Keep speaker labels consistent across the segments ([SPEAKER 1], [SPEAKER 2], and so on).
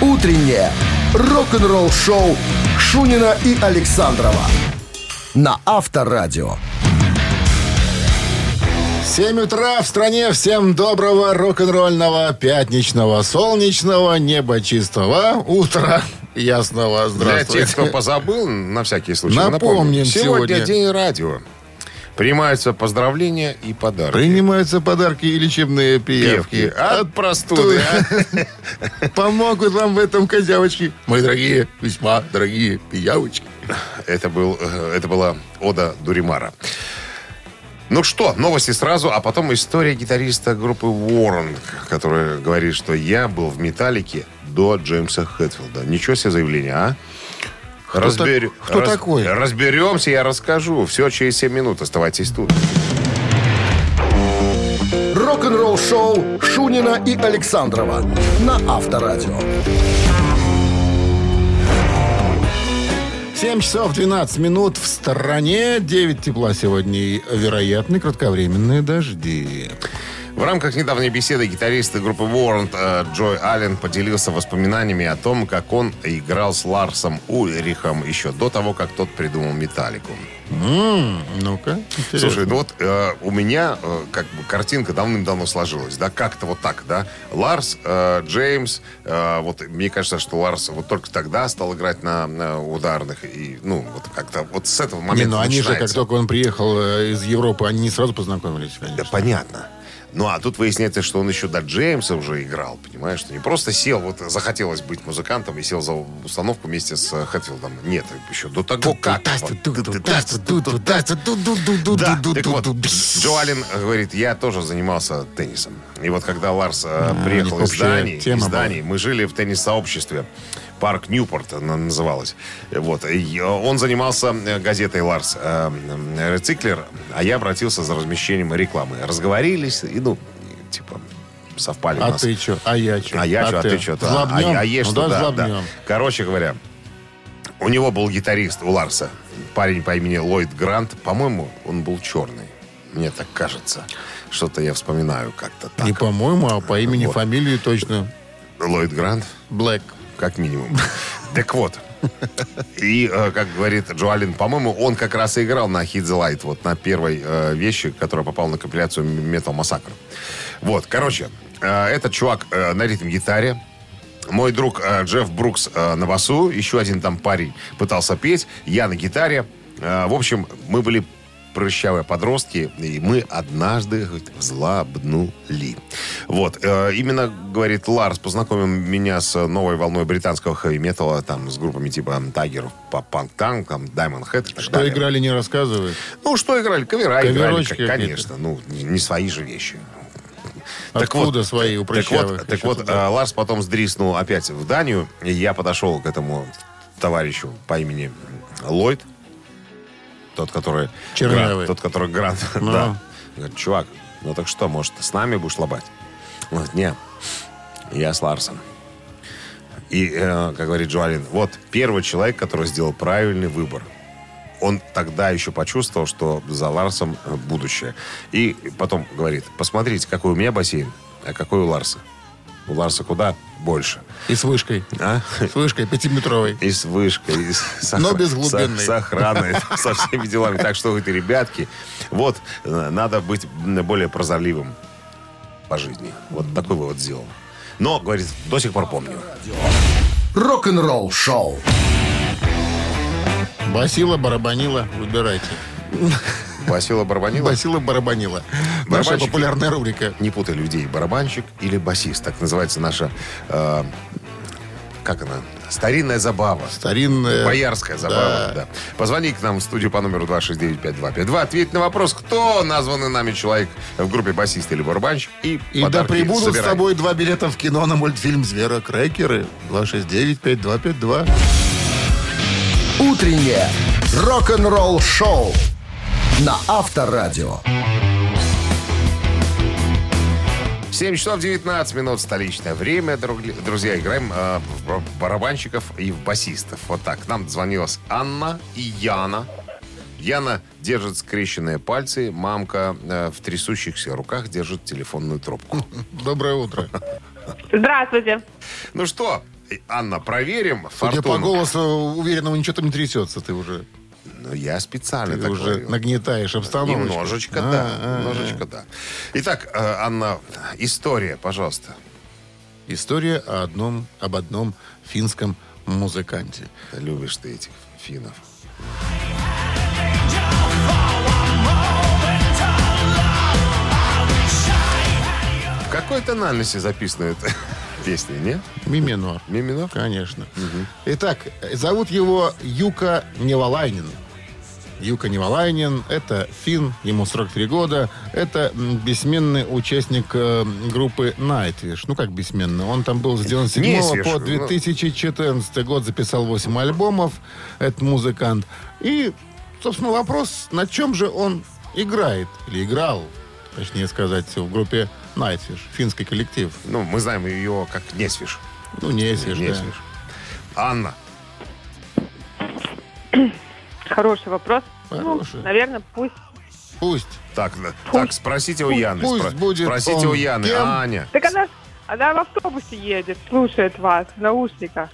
[SPEAKER 1] утреннее рок-н-ролл-шоу Шунина и Александрова на Авторадио.
[SPEAKER 2] 7 утра в стране. Всем доброго рок-н-ролльного, пятничного, солнечного, неба чистого утра. Ясного.
[SPEAKER 3] Для
[SPEAKER 2] Здравствуйте.
[SPEAKER 3] тех, кто позабыл, на всякий случай,
[SPEAKER 2] Напомним
[SPEAKER 3] Сегодня,
[SPEAKER 2] сегодня.
[SPEAKER 3] день радио. Принимаются поздравления и подарки.
[SPEAKER 2] Принимаются подарки и лечебные пиявки. А
[SPEAKER 3] От простуды.
[SPEAKER 2] помогут вам в этом козявочки. Мои дорогие, весьма дорогие пиявочки.
[SPEAKER 3] а? Это, был, э, это была Ода Дуримара. Ну что, новости сразу, а потом история гитариста группы Уоррен, которая говорит, что я был в «Металлике» до Джеймса Хэтфилда. Ничего себе заявление, а? Разбер-
[SPEAKER 2] так- кто такой?
[SPEAKER 3] Разберемся, я расскажу. Все через 7 минут. Оставайтесь тут.
[SPEAKER 1] Рок-н-ролл-шоу Шунина и Александрова на Авторадио.
[SPEAKER 2] 7 часов 12 минут в стороне. 9 тепла сегодня и вероятны кратковременные дожди.
[SPEAKER 3] В рамках недавней беседы гитариста группы Warrant э, Джой Аллен поделился воспоминаниями о том, как он играл с Ларсом Ульрихом еще до того, как тот придумал «Металлику».
[SPEAKER 2] М, Ну-ка. интересно.
[SPEAKER 3] Слушай, ну вот э, у меня э, как бы картинка давным-давно сложилась, да, как-то вот так, да. Ларс, э, Джеймс, э, вот мне кажется, что Ларс вот только тогда стал играть на, на ударных, и, ну, вот как-то вот с этого
[SPEAKER 2] Не,
[SPEAKER 3] момента
[SPEAKER 2] ну они же, как
[SPEAKER 3] начинается.
[SPEAKER 2] только он приехал э, из Европы, они не сразу познакомились,
[SPEAKER 3] Да
[SPEAKER 2] конечно.
[SPEAKER 3] понятно. Ну, а тут выясняется, что он еще до Джеймса уже играл, понимаешь? Что не просто сел, вот захотелось быть музыкантом и сел за установку вместе с э, Хэтфилдом. Нет, еще до того, как. Да, так вот, Джо Аллен говорит, я тоже занимался теннисом. И вот когда Ларс э, приехал из
[SPEAKER 2] общая
[SPEAKER 3] Дании,
[SPEAKER 2] тема
[SPEAKER 3] из
[SPEAKER 2] была.
[SPEAKER 3] Дании, мы жили в теннис-сообществе. Парк Ньюпорт она называлась. Вот. И, э, он занимался э, газетой «Ларс» э, э, «Рециклер», а я обратился за размещением рекламы. Разговорились, и, ну, и, типа, совпали у
[SPEAKER 2] А
[SPEAKER 3] нас.
[SPEAKER 2] ты чё? А я чё?
[SPEAKER 3] А я что, а ты что? А,
[SPEAKER 2] Злобнём?
[SPEAKER 3] я- а я
[SPEAKER 2] Ну,
[SPEAKER 3] что,
[SPEAKER 2] да,
[SPEAKER 3] да, да.
[SPEAKER 2] злобнём.
[SPEAKER 3] Короче говоря, у него был гитарист у Ларса, парень по имени Ллойд Грант. По-моему, он был черный. Мне так кажется. Что-то я вспоминаю как-то так.
[SPEAKER 2] Не по-моему, а по имени,
[SPEAKER 3] Вот.
[SPEAKER 2] фамилии точно.
[SPEAKER 3] Ллойд Грант?
[SPEAKER 2] Блэк.
[SPEAKER 3] Как минимум. Так вот. И, э, как говорит Джоалин, по-моему, он как раз и играл на Hit the Light, вот на первой э, вещи, которая попала на компиляцию Metal Massacre. Вот, короче, э, этот чувак э, на ритм-гитаре, мой друг э, Джефф Брукс э, на басу, еще один там парень пытался петь, я на гитаре. Э, в общем, мы были прыщавые подростки, и мы однажды говорит, взлобнули. Вот. э, именно, говорит Ларс, познакомил меня с новой волной британского хэви-металла, там, с группами типа Тагер, Панк Танк, там, Diamond Head и так
[SPEAKER 2] Что
[SPEAKER 3] далее.
[SPEAKER 2] играли, не рассказывают.
[SPEAKER 3] Ну, что играли? Кавера играли,
[SPEAKER 2] Каверочки
[SPEAKER 3] к- конечно. Ну, не не свои же вещи.
[SPEAKER 2] Откуда
[SPEAKER 3] вот,
[SPEAKER 2] свои у
[SPEAKER 3] Так
[SPEAKER 2] прыщавых
[SPEAKER 3] вот, так
[SPEAKER 2] еще
[SPEAKER 3] вот
[SPEAKER 2] туда?
[SPEAKER 3] э, Ларс потом сдриснул опять в Данию. И я подошел к этому товарищу по имени Ллойд. Тот, который...
[SPEAKER 2] Чернявый.
[SPEAKER 3] Грант, тот, который Грант.
[SPEAKER 2] Ну.
[SPEAKER 3] Да. Говорит, чувак, ну так что, может, с нами будешь лобать? Он говорит, не, я с Ларсом. И, э, как говорит Джоалин, вот первый человек, который сделал правильный выбор. Он тогда еще почувствовал, что за Ларсом э, будущее. И потом говорит, посмотрите, какой у меня бассейн, а какой у Ларса. У Ларса куда больше.
[SPEAKER 2] И с вышкой.
[SPEAKER 3] А?
[SPEAKER 2] С вышкой пятиметровой.
[SPEAKER 3] И с вышкой, и с, с
[SPEAKER 2] Но
[SPEAKER 3] охра-
[SPEAKER 2] без глубинной.
[SPEAKER 3] С, с охраной, со всеми делами. Так что, говорит, ребятки, вот, э, надо быть м, более прозорливым по жизни. Вот такой вывод сделал. Но, говорит, до сих пор помню.
[SPEAKER 1] Рок-н-ролл-шоу.
[SPEAKER 2] Басила, барабанила, выбирайте.
[SPEAKER 3] Басила Барбанила.
[SPEAKER 2] Басила, барабанила. Наша
[SPEAKER 3] Барабанщики.
[SPEAKER 2] популярная рубрика.
[SPEAKER 3] Не путай людей, барабанщик или басист. Так называется наша, э, как она, старинная забава.
[SPEAKER 2] Старинная.
[SPEAKER 3] Боярская забава, да. Позвони к нам в студию по номеру 269-5252. Ответь на вопрос, кто названный нами человек в группе басист или барабанщик. И,
[SPEAKER 2] И да
[SPEAKER 3] подарки
[SPEAKER 2] прибудут
[SPEAKER 3] собирай.
[SPEAKER 2] с тобой два билета в кино на мультфильм «Зверокрекеры». 269-5252.
[SPEAKER 1] Утреннее рок-н-ролл-шоу на Авторадио.
[SPEAKER 3] 7 часов 19 минут столичное время. Друг- Друзья, играем э, в барабанщиков и в басистов. Вот так. Нам дозвонилась Анна и Яна. Яна держит скрещенные пальцы. Мамка э, в трясущихся руках держит телефонную трубку.
[SPEAKER 2] Доброе утро.
[SPEAKER 4] Здравствуйте.
[SPEAKER 3] Ну что, Анна, проверим
[SPEAKER 2] Судя по
[SPEAKER 3] фортуну.
[SPEAKER 2] голосу уверенного, ничего там не трясется, ты уже,
[SPEAKER 3] Ну, я специально
[SPEAKER 2] ты
[SPEAKER 3] так
[SPEAKER 2] уже
[SPEAKER 3] говорю.
[SPEAKER 2] нагнетаешь обстановку.
[SPEAKER 3] Немножечко,
[SPEAKER 2] А,
[SPEAKER 3] да.
[SPEAKER 2] а, а.
[SPEAKER 3] немножечко, да. Итак, э, Анна, история, пожалуйста.
[SPEAKER 2] История о одном, об одном финском музыканте.
[SPEAKER 3] Да любишь ты этих финнов. В какой тональности записана эта песня, нет?
[SPEAKER 2] Мимино.
[SPEAKER 3] Мимино?
[SPEAKER 2] Конечно. Итак, зовут его Юка Невалайнин. Юка Невалайнин – это фин, ему 43 года. Это м, бессменный участник э, группы Nightwish. Ну, как бессменный? Он там был с 97
[SPEAKER 3] Несвиш,
[SPEAKER 2] по
[SPEAKER 3] ну.
[SPEAKER 2] 2014 год, записал 8 альбомов, этот музыкант. И, собственно, вопрос, на чем же он играет, или играл, точнее сказать, в группе Nightwish, финский коллектив.
[SPEAKER 3] Ну, мы знаем ее как Несвиш.
[SPEAKER 2] Ну, Несвиш, да.
[SPEAKER 3] Несвиш. Анна,
[SPEAKER 4] Хороший вопрос.
[SPEAKER 2] Хороший.
[SPEAKER 4] Ну, наверное, пусть.
[SPEAKER 2] Пусть.
[SPEAKER 3] так, да, так, спросите у Яны.
[SPEAKER 2] пусть
[SPEAKER 3] спро-
[SPEAKER 2] будет
[SPEAKER 3] спросите у
[SPEAKER 2] он
[SPEAKER 3] Яны.
[SPEAKER 2] кем?
[SPEAKER 3] Аня.
[SPEAKER 4] Так она, она в автобусе едет, слушает вас в наушниках.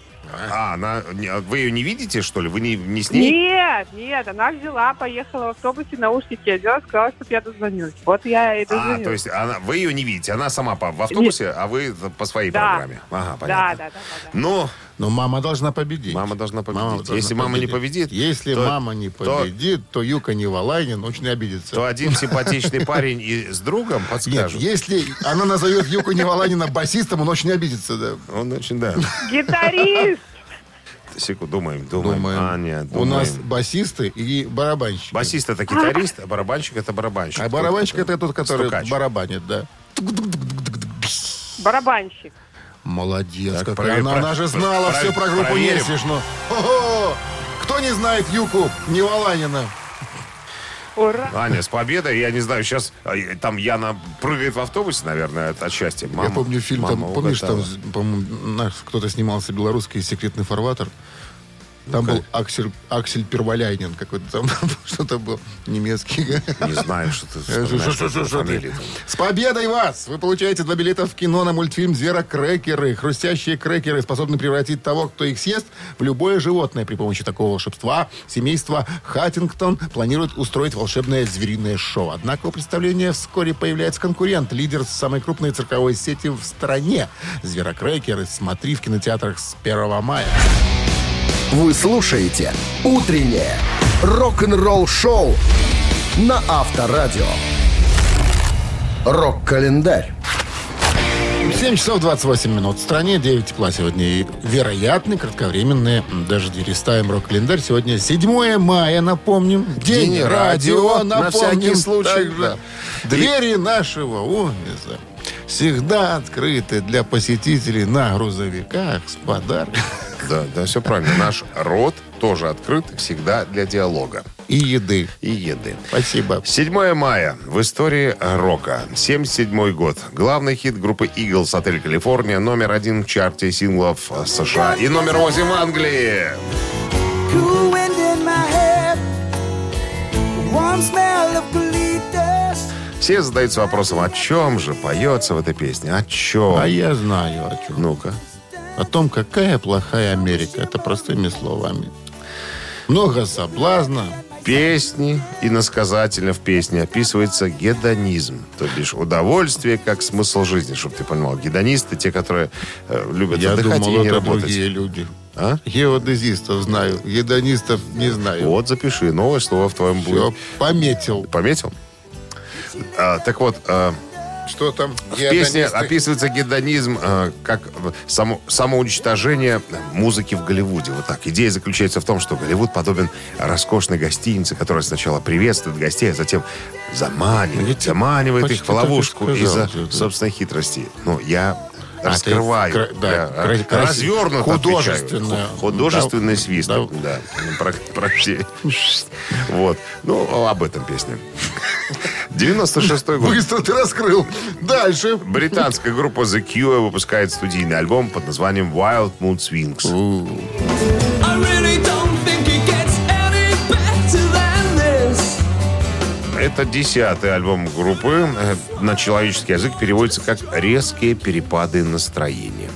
[SPEAKER 3] А, она, не- вы ее не видите, что ли? Вы не, не с ней?
[SPEAKER 4] Нет, нет, она взяла, поехала в автобусе, наушники одела, сказала, чтобы я дозвонилась. Вот я и
[SPEAKER 3] А,
[SPEAKER 4] дозвонилась.
[SPEAKER 3] то есть она, вы ее не видите. Она сама по, в автобусе, а вы по своей
[SPEAKER 4] Да.
[SPEAKER 3] программе. Ага,
[SPEAKER 4] да, да,
[SPEAKER 3] понятно.
[SPEAKER 4] да, да, да.
[SPEAKER 3] Ну,
[SPEAKER 2] Но мама должна победить.
[SPEAKER 3] Мама должна победить.
[SPEAKER 2] должна
[SPEAKER 3] Если мама не победит,
[SPEAKER 2] Если
[SPEAKER 3] то-
[SPEAKER 2] мама не
[SPEAKER 3] то-
[SPEAKER 2] победит, то, Юка Невалайнин очень обидится.
[SPEAKER 3] то один симпатичный парень и с другом
[SPEAKER 2] Нет,
[SPEAKER 3] подскажут.
[SPEAKER 2] если она назовет Юку Невалайнина басистом, он очень обидится. Да.
[SPEAKER 3] Он очень, да.
[SPEAKER 4] Гитарист!
[SPEAKER 3] Секунду, думаем, думаем. Аня,
[SPEAKER 2] У
[SPEAKER 3] думаем.
[SPEAKER 2] нас басисты и барабанщики.
[SPEAKER 3] Басист это гитарист, а барабанщик это барабанщик.
[SPEAKER 2] А барабанщик это тот, который
[SPEAKER 3] Стукач.
[SPEAKER 2] барабанит, да.
[SPEAKER 4] Барабанщик.
[SPEAKER 2] Молодец,
[SPEAKER 3] Так,
[SPEAKER 2] какая
[SPEAKER 3] провер-
[SPEAKER 2] она,
[SPEAKER 3] про-
[SPEAKER 2] она же знала
[SPEAKER 3] про-
[SPEAKER 2] все про группу
[SPEAKER 3] проверим.
[SPEAKER 2] Несвиш. Ну. Хо-хо! Кто не знает Юку Невалайнина?
[SPEAKER 4] Ура!
[SPEAKER 3] Аня, с победой, я не знаю, сейчас там Яна прыгает в автобусе, наверное, от, от счастья. Мама-
[SPEAKER 2] Я помню фильм, там,
[SPEAKER 3] мама
[SPEAKER 2] помнишь, там,
[SPEAKER 3] угадала.
[SPEAKER 2] по-моему, наш кто-то снимался белорусский секретный фарватер. Там был Аксель, Аксель Перволяйнин какой-то там, что-то был немецкий.
[SPEAKER 3] Не знаю, что ты
[SPEAKER 2] Э,
[SPEAKER 3] вспоминаешь, что за фамилия там.
[SPEAKER 2] С победой вас! Вы получаете два билета в кино на мультфильм «Зверокрекеры». Хрустящие крекеры способны превратить того, кто их съест, в любое животное. При помощи такого волшебства семейство Хаттингтон планирует устроить волшебное звериное шоу. Однако у представления вскоре появляется конкурент, лидер самой крупной цирковой сети в стране. «Зверокрекеры» смотри в кинотеатрах с 1 мая.
[SPEAKER 1] Вы слушаете «Утреннее рок-н-ролл-шоу» на Авторадио. Рок-календарь.
[SPEAKER 2] 7 часов 28 минут. В стране 9 тепла сегодня. И вероятны кратковременные дожди. Листаем рок-календарь. Сегодня 7 мая, напомним. День,
[SPEAKER 3] День
[SPEAKER 2] радио,
[SPEAKER 3] радио, на
[SPEAKER 2] напомним.
[SPEAKER 3] всякий случай,
[SPEAKER 2] также.
[SPEAKER 3] да.
[SPEAKER 2] Двери нашего офиса всегда открыты для посетителей на грузовиках с подарком
[SPEAKER 3] Да, да, все правильно. Наш рот тоже открыт всегда для диалога
[SPEAKER 2] и еды.
[SPEAKER 3] и еды.
[SPEAKER 2] Спасибо.
[SPEAKER 3] 7 мая в истории рока. 77 год. Главный хит группы Eagles «Отель Калифорния» номер один в чарте синглов США и номер восемь в Англии.
[SPEAKER 5] Cool wind in my head. The warm smell of glitters.
[SPEAKER 3] Все задаются вопросом, о чем же поется в этой песне? О чем?
[SPEAKER 2] А я знаю о чем.
[SPEAKER 3] Ну-ка.
[SPEAKER 2] О том, какая плохая Америка. Это простыми словами. Много соблазна,
[SPEAKER 3] Песни и насказательно в песне описывается гедонизм, то бишь удовольствие как смысл жизни, чтобы ты понимал. Гедонисты те, которые э, любят
[SPEAKER 2] Я
[SPEAKER 3] отдыхать
[SPEAKER 2] думал,
[SPEAKER 3] и не
[SPEAKER 2] это
[SPEAKER 3] работать.
[SPEAKER 2] другие люди.
[SPEAKER 3] А?
[SPEAKER 2] Геодезистов знаю, едонистов не знаю.
[SPEAKER 3] Вот запиши новое слово в твоем
[SPEAKER 2] Все,
[SPEAKER 3] будет.
[SPEAKER 2] пометил.
[SPEAKER 3] Пометил? А, так вот, э,
[SPEAKER 2] Что там?
[SPEAKER 3] в песне описывается гедонизм э, как в- само, самоуничтожение музыки в Голливуде. Вот так. Идея заключается в том, что Голливуд подобен роскошной гостинице, которая сначала приветствует гостей, а затем заманивает,
[SPEAKER 2] Ведь
[SPEAKER 3] заманивает
[SPEAKER 2] почти
[SPEAKER 3] их в
[SPEAKER 2] так и
[SPEAKER 3] ловушку
[SPEAKER 2] сказал
[SPEAKER 3] из-за
[SPEAKER 2] же, да.
[SPEAKER 3] собственной хитрости. Ну, я
[SPEAKER 2] А,
[SPEAKER 3] раскрываю.
[SPEAKER 2] ты кра- да,
[SPEAKER 3] я
[SPEAKER 2] кра- красиво.
[SPEAKER 3] развернуто
[SPEAKER 2] Художественно.
[SPEAKER 3] отвечаю. Ху- Художественный
[SPEAKER 2] Да.
[SPEAKER 3] свист.
[SPEAKER 2] Да.
[SPEAKER 3] Да, ну, Про- прощи. Вот. Ну, об этом песня. 96-й год.
[SPEAKER 2] Быстро ты раскрыл. Дальше.
[SPEAKER 3] Британская группа The Cure выпускает студийный альбом под названием Wild Mood Swings.
[SPEAKER 5] I really don't think it gets any better than this.
[SPEAKER 3] Это десятый альбом группы. Э, На человеческий язык переводится как «Резкие перепады настроения».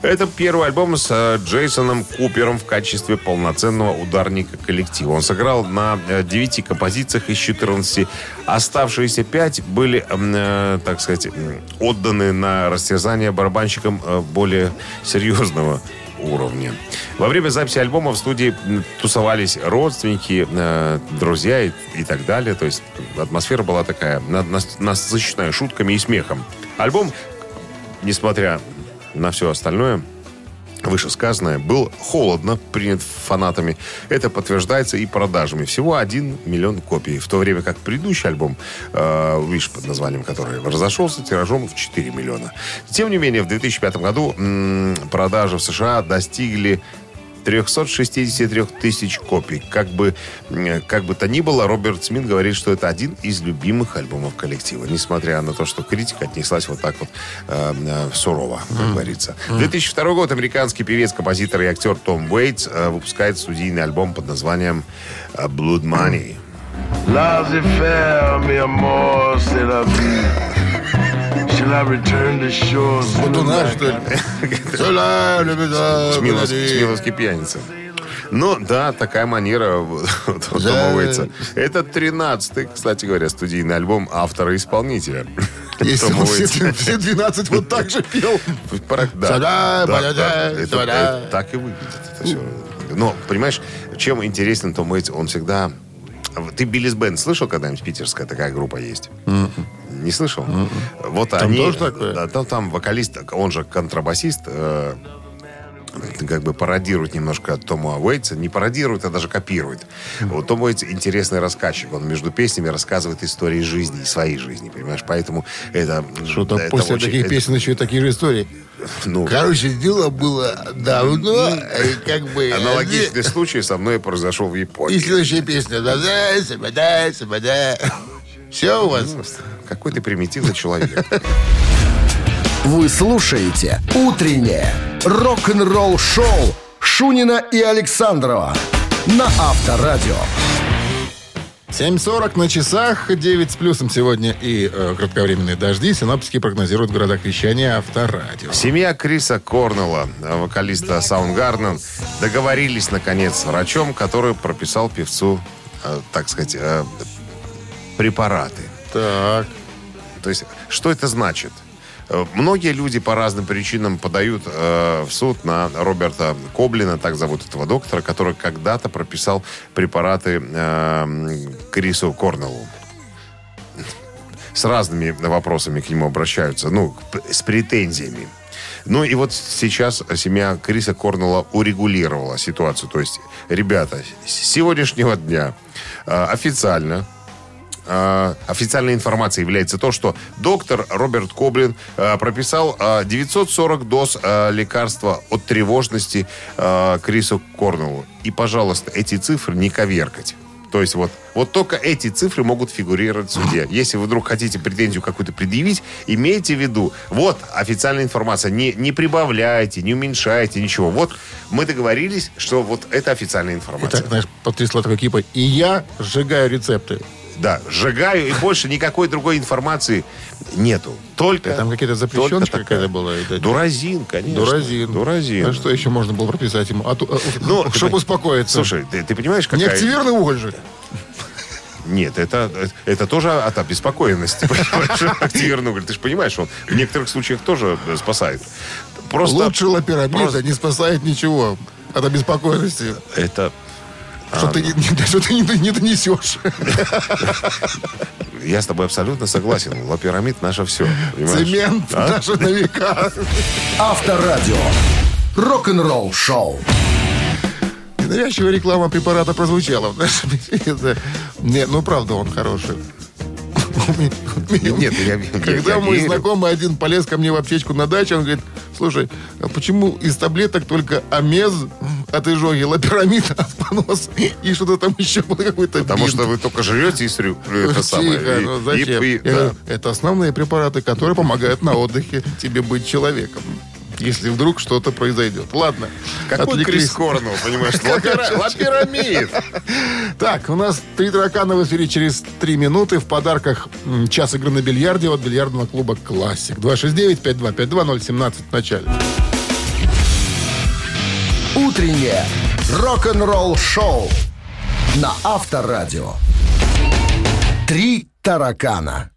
[SPEAKER 3] Это первый альбом с э, Джейсоном Купером в качестве полноценного ударника коллектива. Он сыграл на э, 9 композициях из 14. Оставшиеся 5 были, м, э, так сказать, м, отданы на растерзание барабанщикам э, более серьезного уровня. Во время записи альбома в студии м, тусовались родственники, э, друзья и, и так далее. То есть атмосфера была такая на- нас- насыщенная шутками и смехом. Альбом, несмотря на все остальное, вышесказанное, был холодно принят фанатами. Это подтверждается и продажами. Всего 1 миллион копий. В то время как предыдущий альбом, э, «Wish», под названием который разошелся тиражом в 4 миллиона. Тем не менее, в 2005 году м, продажи в США достигли 363 тысяч копий. Как бы, м, как бы то ни было, Роберт Смит говорит, что это один из любимых альбомов коллектива. Несмотря на то, что критика отнеслась вот так вот э, э, сурово, как говорится. 2002 год американский певец, композитор и актер Том Уэйтс э, выпускает студийный альбом под названием э, «Blood Money».
[SPEAKER 6] Lousy fare, me a more said I be. Shall I return to shore? soon as
[SPEAKER 2] Тунаж,
[SPEAKER 6] I
[SPEAKER 2] что ли? Соля, любеза,
[SPEAKER 3] Смиловс-
[SPEAKER 2] погоди.
[SPEAKER 3] Смиловский пьяница. Ну, да, такая манера вот, у Тома Уэйтса. Это 13-й, кстати говоря, студийный альбом автора и исполнителя.
[SPEAKER 2] Если
[SPEAKER 3] Тома
[SPEAKER 2] он все,
[SPEAKER 3] Уэйтса.
[SPEAKER 2] все 12 вот так же пел.
[SPEAKER 3] Пора- да,
[SPEAKER 2] Сюда,
[SPEAKER 3] да,
[SPEAKER 2] подойди,
[SPEAKER 3] да, это-
[SPEAKER 2] сюда.
[SPEAKER 3] это Так и выглядит это все. Но, понимаешь, чем интересен Том Уэйтс, он всегда... Ты Биллис Бенд слышал когда-нибудь? Питерская такая группа есть. Не слышал? Вот
[SPEAKER 2] М-м. Там
[SPEAKER 3] они...
[SPEAKER 2] тоже такое?
[SPEAKER 3] Да, там, там вокалист, он же контрабасист, э, как бы пародирует немножко Тома Уэйтса. Не пародирует, а даже копирует. Вот Том Уэйтс интересный рассказчик. Он между песнями рассказывает истории жизни, и своей жизни, понимаешь? Поэтому это...
[SPEAKER 2] Что-то
[SPEAKER 3] это
[SPEAKER 2] после
[SPEAKER 3] очень-
[SPEAKER 2] таких
[SPEAKER 3] это-
[SPEAKER 2] песен еще и такие же истории.
[SPEAKER 3] ну,
[SPEAKER 2] Короче, дело было давно, и как бы... э, ну,
[SPEAKER 3] Аналогичный случай со мной произошел в
[SPEAKER 2] И
[SPEAKER 3] Японии.
[SPEAKER 2] следующая песня. Да-да, сабада, сабада. Все у вас.
[SPEAKER 3] Какой ты примитивный человек.
[SPEAKER 1] Вы слушаете «Утреннее рок-н-ролл-шоу» Шунина и Александрова на Авторадио.
[SPEAKER 2] 7.40 на часах, 9 с плюсом сегодня и э, кратковременные дожди. Синоптики прогнозируют в городах вещания авторадио.
[SPEAKER 3] Семья Криса Корнелла, э, вокалиста Саундгарден, договорились, наконец, с врачом, который прописал певцу, э, так сказать, э, препараты.
[SPEAKER 2] Так.
[SPEAKER 3] То есть, что это значит? Э, Многие люди по разным причинам подают э, в суд на Роберта Коблина, так зовут этого доктора, который когда-то прописал препараты э, м, Крису Корнеллу. С разными вопросами к нему обращаются, ну, к п- с претензиями. Ну и вот сейчас семья Криса Корнелла урегулировала ситуацию. То есть, ребята, с сегодняшнего дня э, официально э, официальной информацией является то, что доктор Роберт Коблин э, прописал э, 940 доз э, лекарства от тревожности э, Крису Корнеллу. И, пожалуйста, эти цифры не коверкать. То есть вот, вот только эти цифры могут фигурировать в суде. Если вы вдруг хотите претензию какую-то предъявить, имейте в виду, вот официальная информация, не, не прибавляйте, не уменьшайте, ничего. Вот мы договорились, что вот это официальная информация.
[SPEAKER 2] Итак, знаешь, потрясла такой кипой. И я сжигаю рецепты.
[SPEAKER 3] Да, сжигаю, и больше никакой другой информации нету. Только...
[SPEAKER 2] Там какие-то запрещенки
[SPEAKER 3] только такая.
[SPEAKER 2] какая-то была. видать.
[SPEAKER 3] Дуразин, конечно.
[SPEAKER 2] Дуразин.
[SPEAKER 3] Дуразин.
[SPEAKER 2] А что еще можно было прописать ему? А то- а,
[SPEAKER 3] Ну,
[SPEAKER 2] чтобы успокоиться.
[SPEAKER 3] Слушай, ты, ты понимаешь,
[SPEAKER 2] не
[SPEAKER 3] какая...
[SPEAKER 2] активированный уголь же.
[SPEAKER 3] Нет, это, это тоже от обеспокоенности. понимаешь? Активированный уголь. Ты же понимаешь, он в некоторых случаях тоже э, спасает. Просто...
[SPEAKER 2] Лучше лапирамида
[SPEAKER 3] просто-
[SPEAKER 2] а не спасает ничего от обеспокоенности.
[SPEAKER 3] Это... А,
[SPEAKER 2] что
[SPEAKER 3] ну.
[SPEAKER 2] ты, не, не- что ты не, не донесешь.
[SPEAKER 3] Я с тобой абсолютно согласен. Лапирамид наше все.
[SPEAKER 2] Цемент
[SPEAKER 3] А?
[SPEAKER 2] даже на века.
[SPEAKER 1] Авторадио. Рок-н-ролл-шоу.
[SPEAKER 2] Навязчивая реклама препарата прозвучала в нашем эфире. Не, ну правда, он хороший.
[SPEAKER 3] Нет, я- я- я
[SPEAKER 2] Когда мой
[SPEAKER 3] верю.
[SPEAKER 2] знакомый один полез ко мне в аптечку на даче, он говорит, слушай, а почему из таблеток только амез от изжоги, лапирамид от понос и что-то там еще было какой-то
[SPEAKER 3] Потому
[SPEAKER 2] бинт».
[SPEAKER 3] что вы только жрете и срю... Это самое.
[SPEAKER 2] Тихо,
[SPEAKER 3] И-
[SPEAKER 2] ну зачем?
[SPEAKER 3] и- и-
[SPEAKER 2] Я
[SPEAKER 3] да.
[SPEAKER 2] говорю, Это основные препараты, которые помогают на отдыхе тебе быть человеком. Если вдруг что-то произойдет. Ладно.
[SPEAKER 3] Какой Крис
[SPEAKER 2] отвлеклись.
[SPEAKER 3] Корнелл, понимаешь? Лапира- Лапирамид.
[SPEAKER 2] Так, у нас три таракана в эфире через три минуты. В подарках м, час игры на бильярде от бильярдного клуба «Классик». 269-5252-017 в начале.
[SPEAKER 1] Утреннее рок-н-ролл-шоу на Авторадио. Три таракана.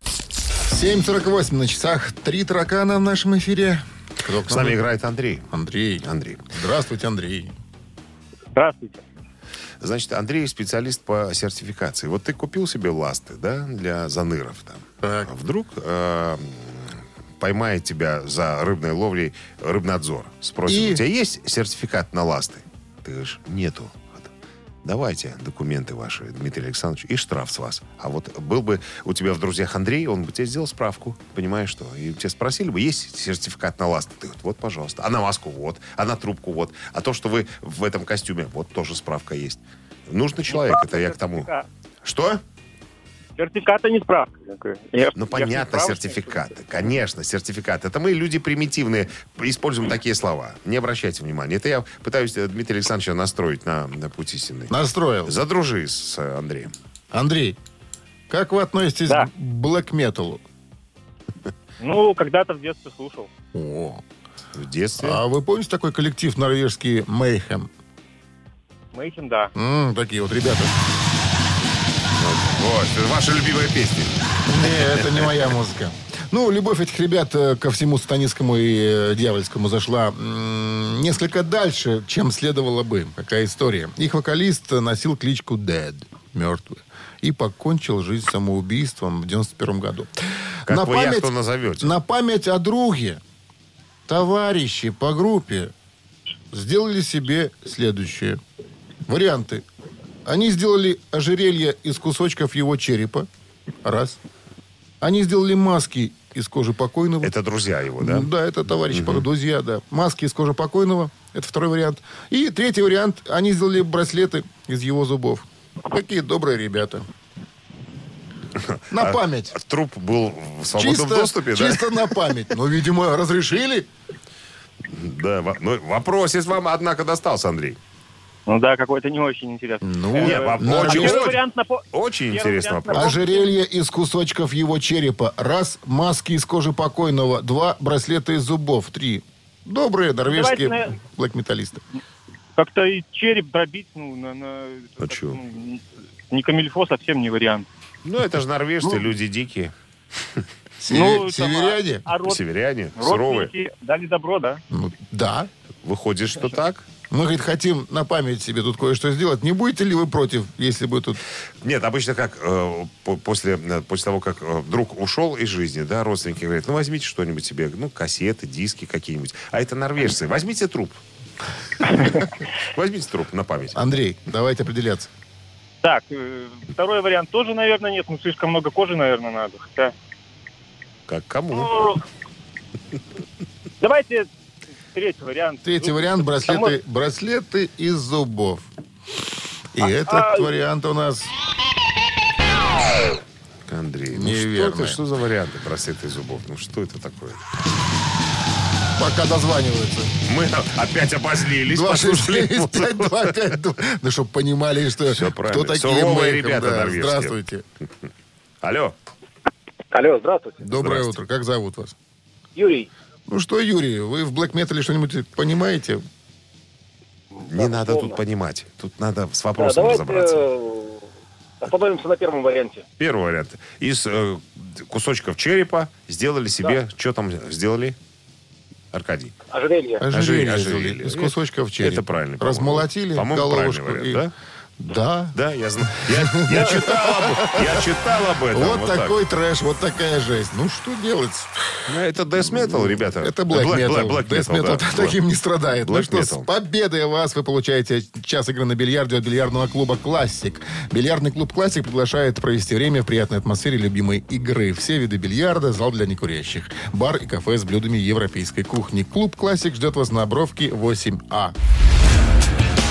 [SPEAKER 2] 7.48 на часах. Три таракана в нашем эфире. Кто к
[SPEAKER 3] С
[SPEAKER 2] нам?
[SPEAKER 3] нами играет Андрей.
[SPEAKER 2] Андрей.
[SPEAKER 3] Андрей.
[SPEAKER 2] Здравствуйте, Андрей.
[SPEAKER 7] Здравствуйте.
[SPEAKER 3] Значит, Андрей специалист по сертификации. Вот ты купил себе ласты, да, для заныров там.
[SPEAKER 2] Так.
[SPEAKER 3] А Вдруг э, поймает тебя за рыбной ловлей рыбнадзор. Спросит,
[SPEAKER 2] И?
[SPEAKER 3] у тебя есть сертификат на ласты? Ты говоришь, нету. Давайте документы ваши, Дмитрий Александрович, и штраф с вас. А вот был бы у тебя в друзьях Андрей, он бы тебе сделал справку, понимаешь что? И тебя спросили бы, есть сертификат на ласты? Ты говоришь, вот, пожалуйста. А на маску вот, а на трубку вот. А то, что вы в этом костюме, вот тоже справка есть. Нужный человек, это я к тому.
[SPEAKER 7] Сертификат.
[SPEAKER 3] Что?
[SPEAKER 7] Сертификата не справка. Я говорю, я- я
[SPEAKER 3] Ну, понятно,
[SPEAKER 7] справочник.
[SPEAKER 3] сертификаты. Конечно, сертификаты. Это мы, люди примитивные, используем такие слова. Не обращайте внимания. Это я пытаюсь э, Дмитрия Александровича настроить на, на путь истины.
[SPEAKER 2] Настроил.
[SPEAKER 3] Задружи с э, Андреем.
[SPEAKER 2] Андрей, как вы относитесь
[SPEAKER 7] Да.
[SPEAKER 2] к блэк-металу?
[SPEAKER 7] Ну, когда-то в детстве слушал.
[SPEAKER 2] О.
[SPEAKER 3] В детстве.
[SPEAKER 2] А вы помните такой коллектив норвежский Мейхем?
[SPEAKER 7] Мэйхин, да.
[SPEAKER 2] такие вот ребята.
[SPEAKER 3] Вот, это ваша любимая песня.
[SPEAKER 2] Не, это не моя музыка. Ну, любовь этих ребят э, ко всему сатанинскому и э, дьявольскому зашла м, несколько дальше, чем следовало бы. Какая история. Их вокалист носил кличку Dead, мертвый, и покончил жизнь самоубийством в 91 году.
[SPEAKER 3] Как вы яхту назовете.
[SPEAKER 2] На память о друге, товарищи по группе сделали себе следующее. Варианты. Они сделали ожерелье из кусочков его черепа. Раз. Они сделали маски из кожи покойного.
[SPEAKER 3] Это друзья его, да?
[SPEAKER 2] да? да, это товарищи, по друзья, да. Маски из кожи покойного. Это второй вариант. И третий вариант. Они сделали браслеты из его зубов. Какие добрые ребята. На память.
[SPEAKER 3] Труп был в А свободном доступе, да?
[SPEAKER 2] чисто на память. Ну, видимо, разрешили.
[SPEAKER 3] Да, во- ну, вопрос есть вам, однако, достался, Андрей.
[SPEAKER 7] Ну да, какой-то не очень интересный.
[SPEAKER 2] Ну,
[SPEAKER 7] Э,
[SPEAKER 3] Не, во-
[SPEAKER 2] ну,
[SPEAKER 3] очень,
[SPEAKER 2] а
[SPEAKER 7] первый
[SPEAKER 3] очень-
[SPEAKER 7] вариант на по-
[SPEAKER 3] очень
[SPEAKER 7] первый
[SPEAKER 3] интересный
[SPEAKER 7] вариант
[SPEAKER 3] вопрос.
[SPEAKER 2] Ожерелье из кусочков его черепа. Раз. Маски из кожи покойного. Два. Браслеты из зубов. Три. Добрые норвежские
[SPEAKER 7] Давайте,
[SPEAKER 2] блэк-металлисты.
[SPEAKER 7] Как-то и череп пробить, ну, на... на-
[SPEAKER 3] А чё?
[SPEAKER 7] ну, не камильфо совсем не вариант.
[SPEAKER 3] Ну, это же норвежцы, люди дикие,
[SPEAKER 7] Ну, там, а-
[SPEAKER 2] Северяне?
[SPEAKER 7] А род-
[SPEAKER 3] северяне, суровые.
[SPEAKER 7] родственники дали добро, да?
[SPEAKER 2] Ну, да.
[SPEAKER 3] Выходит, что так?
[SPEAKER 2] Мы, говорит, хотим на память себе тут кое-что сделать. Не будете ли вы против, если бы тут...
[SPEAKER 3] Нет, обычно как э, по- после, э, после того, как э, друг ушел из жизни, да, родственники говорят, ну возьмите что-нибудь себе, ну кассеты, диски какие-нибудь. А это норвежцы, возьмите труп. Возьмите труп на память.
[SPEAKER 2] Андрей, давайте определяться.
[SPEAKER 7] Так, э, второй вариант тоже, наверное, нет. Ну, слишком много кожи, наверное, надо. Хотя,
[SPEAKER 3] Как кому?
[SPEAKER 7] ну, давайте третий вариант.
[SPEAKER 2] Третий
[SPEAKER 7] Ну,
[SPEAKER 2] вариант
[SPEAKER 7] само-
[SPEAKER 2] браслеты, браслеты из зубов.
[SPEAKER 7] А,
[SPEAKER 2] И этот вариант у нас...
[SPEAKER 3] Андрей, ну что
[SPEAKER 2] Неверно.
[SPEAKER 3] это, что за варианты браслеты из зубов? Ну что это такое?
[SPEAKER 2] Пока дозваниваются.
[SPEAKER 3] Мы опять обозлились, послушали.
[SPEAKER 2] 2-6-6-5-2-5-2. Ну, чтобы понимали, что
[SPEAKER 3] Всё правильно.
[SPEAKER 2] кто такие
[SPEAKER 3] Суровые
[SPEAKER 2] Мейком,
[SPEAKER 3] ребята
[SPEAKER 2] да.
[SPEAKER 3] норвежские.
[SPEAKER 2] Здравствуйте.
[SPEAKER 3] Алло,
[SPEAKER 8] Алло, здравствуйте.
[SPEAKER 2] Доброе
[SPEAKER 3] Здравствуйте.
[SPEAKER 2] утро. Как зовут вас?
[SPEAKER 8] Юрий.
[SPEAKER 2] Ну что, Юрий, вы в блэк метале что-нибудь понимаете?
[SPEAKER 3] не надо тут
[SPEAKER 8] полно.
[SPEAKER 3] понимать. Тут надо с
[SPEAKER 8] Да,
[SPEAKER 3] вопросом
[SPEAKER 8] давайте
[SPEAKER 3] разобраться.
[SPEAKER 8] э, остановимся на первом варианте.
[SPEAKER 3] Первый вариант. Из э, кусочков черепа сделали себе... Что там сделали? Аркадий.
[SPEAKER 8] Ожерелье.
[SPEAKER 2] Ожерелье.
[SPEAKER 3] ожерелье.
[SPEAKER 2] Из кусочков
[SPEAKER 3] Это
[SPEAKER 2] черепа.
[SPEAKER 3] правильно, по-моему.
[SPEAKER 2] Размолотили
[SPEAKER 3] По-моему,
[SPEAKER 2] головушку.
[SPEAKER 3] правильный
[SPEAKER 2] и-
[SPEAKER 3] вариант,
[SPEAKER 2] Да.
[SPEAKER 3] Да, я знаю. Я, я читал об, я читал об этом.
[SPEAKER 2] Вот,
[SPEAKER 3] Вот, так.
[SPEAKER 2] такой трэш, вот такая жесть. Ну что делать?
[SPEAKER 3] Ну, Это death metal, ребята.
[SPEAKER 2] Это блэк метал.
[SPEAKER 3] Black, black
[SPEAKER 2] Death
[SPEAKER 3] metal,
[SPEAKER 2] metal
[SPEAKER 3] да.
[SPEAKER 2] таким не страдает.
[SPEAKER 3] Black
[SPEAKER 2] ну что,
[SPEAKER 3] metal.
[SPEAKER 2] с победой вас вы получаете час игры на бильярде от бильярдного клуба «Классик». Бильярдный клуб «Классик» приглашает провести время в приятной атмосфере любимой игры. Все виды бильярда, зал для некурящих, бар и кафе с блюдами европейской кухни. Клуб «Классик» ждет вас на А. Бровке 8А.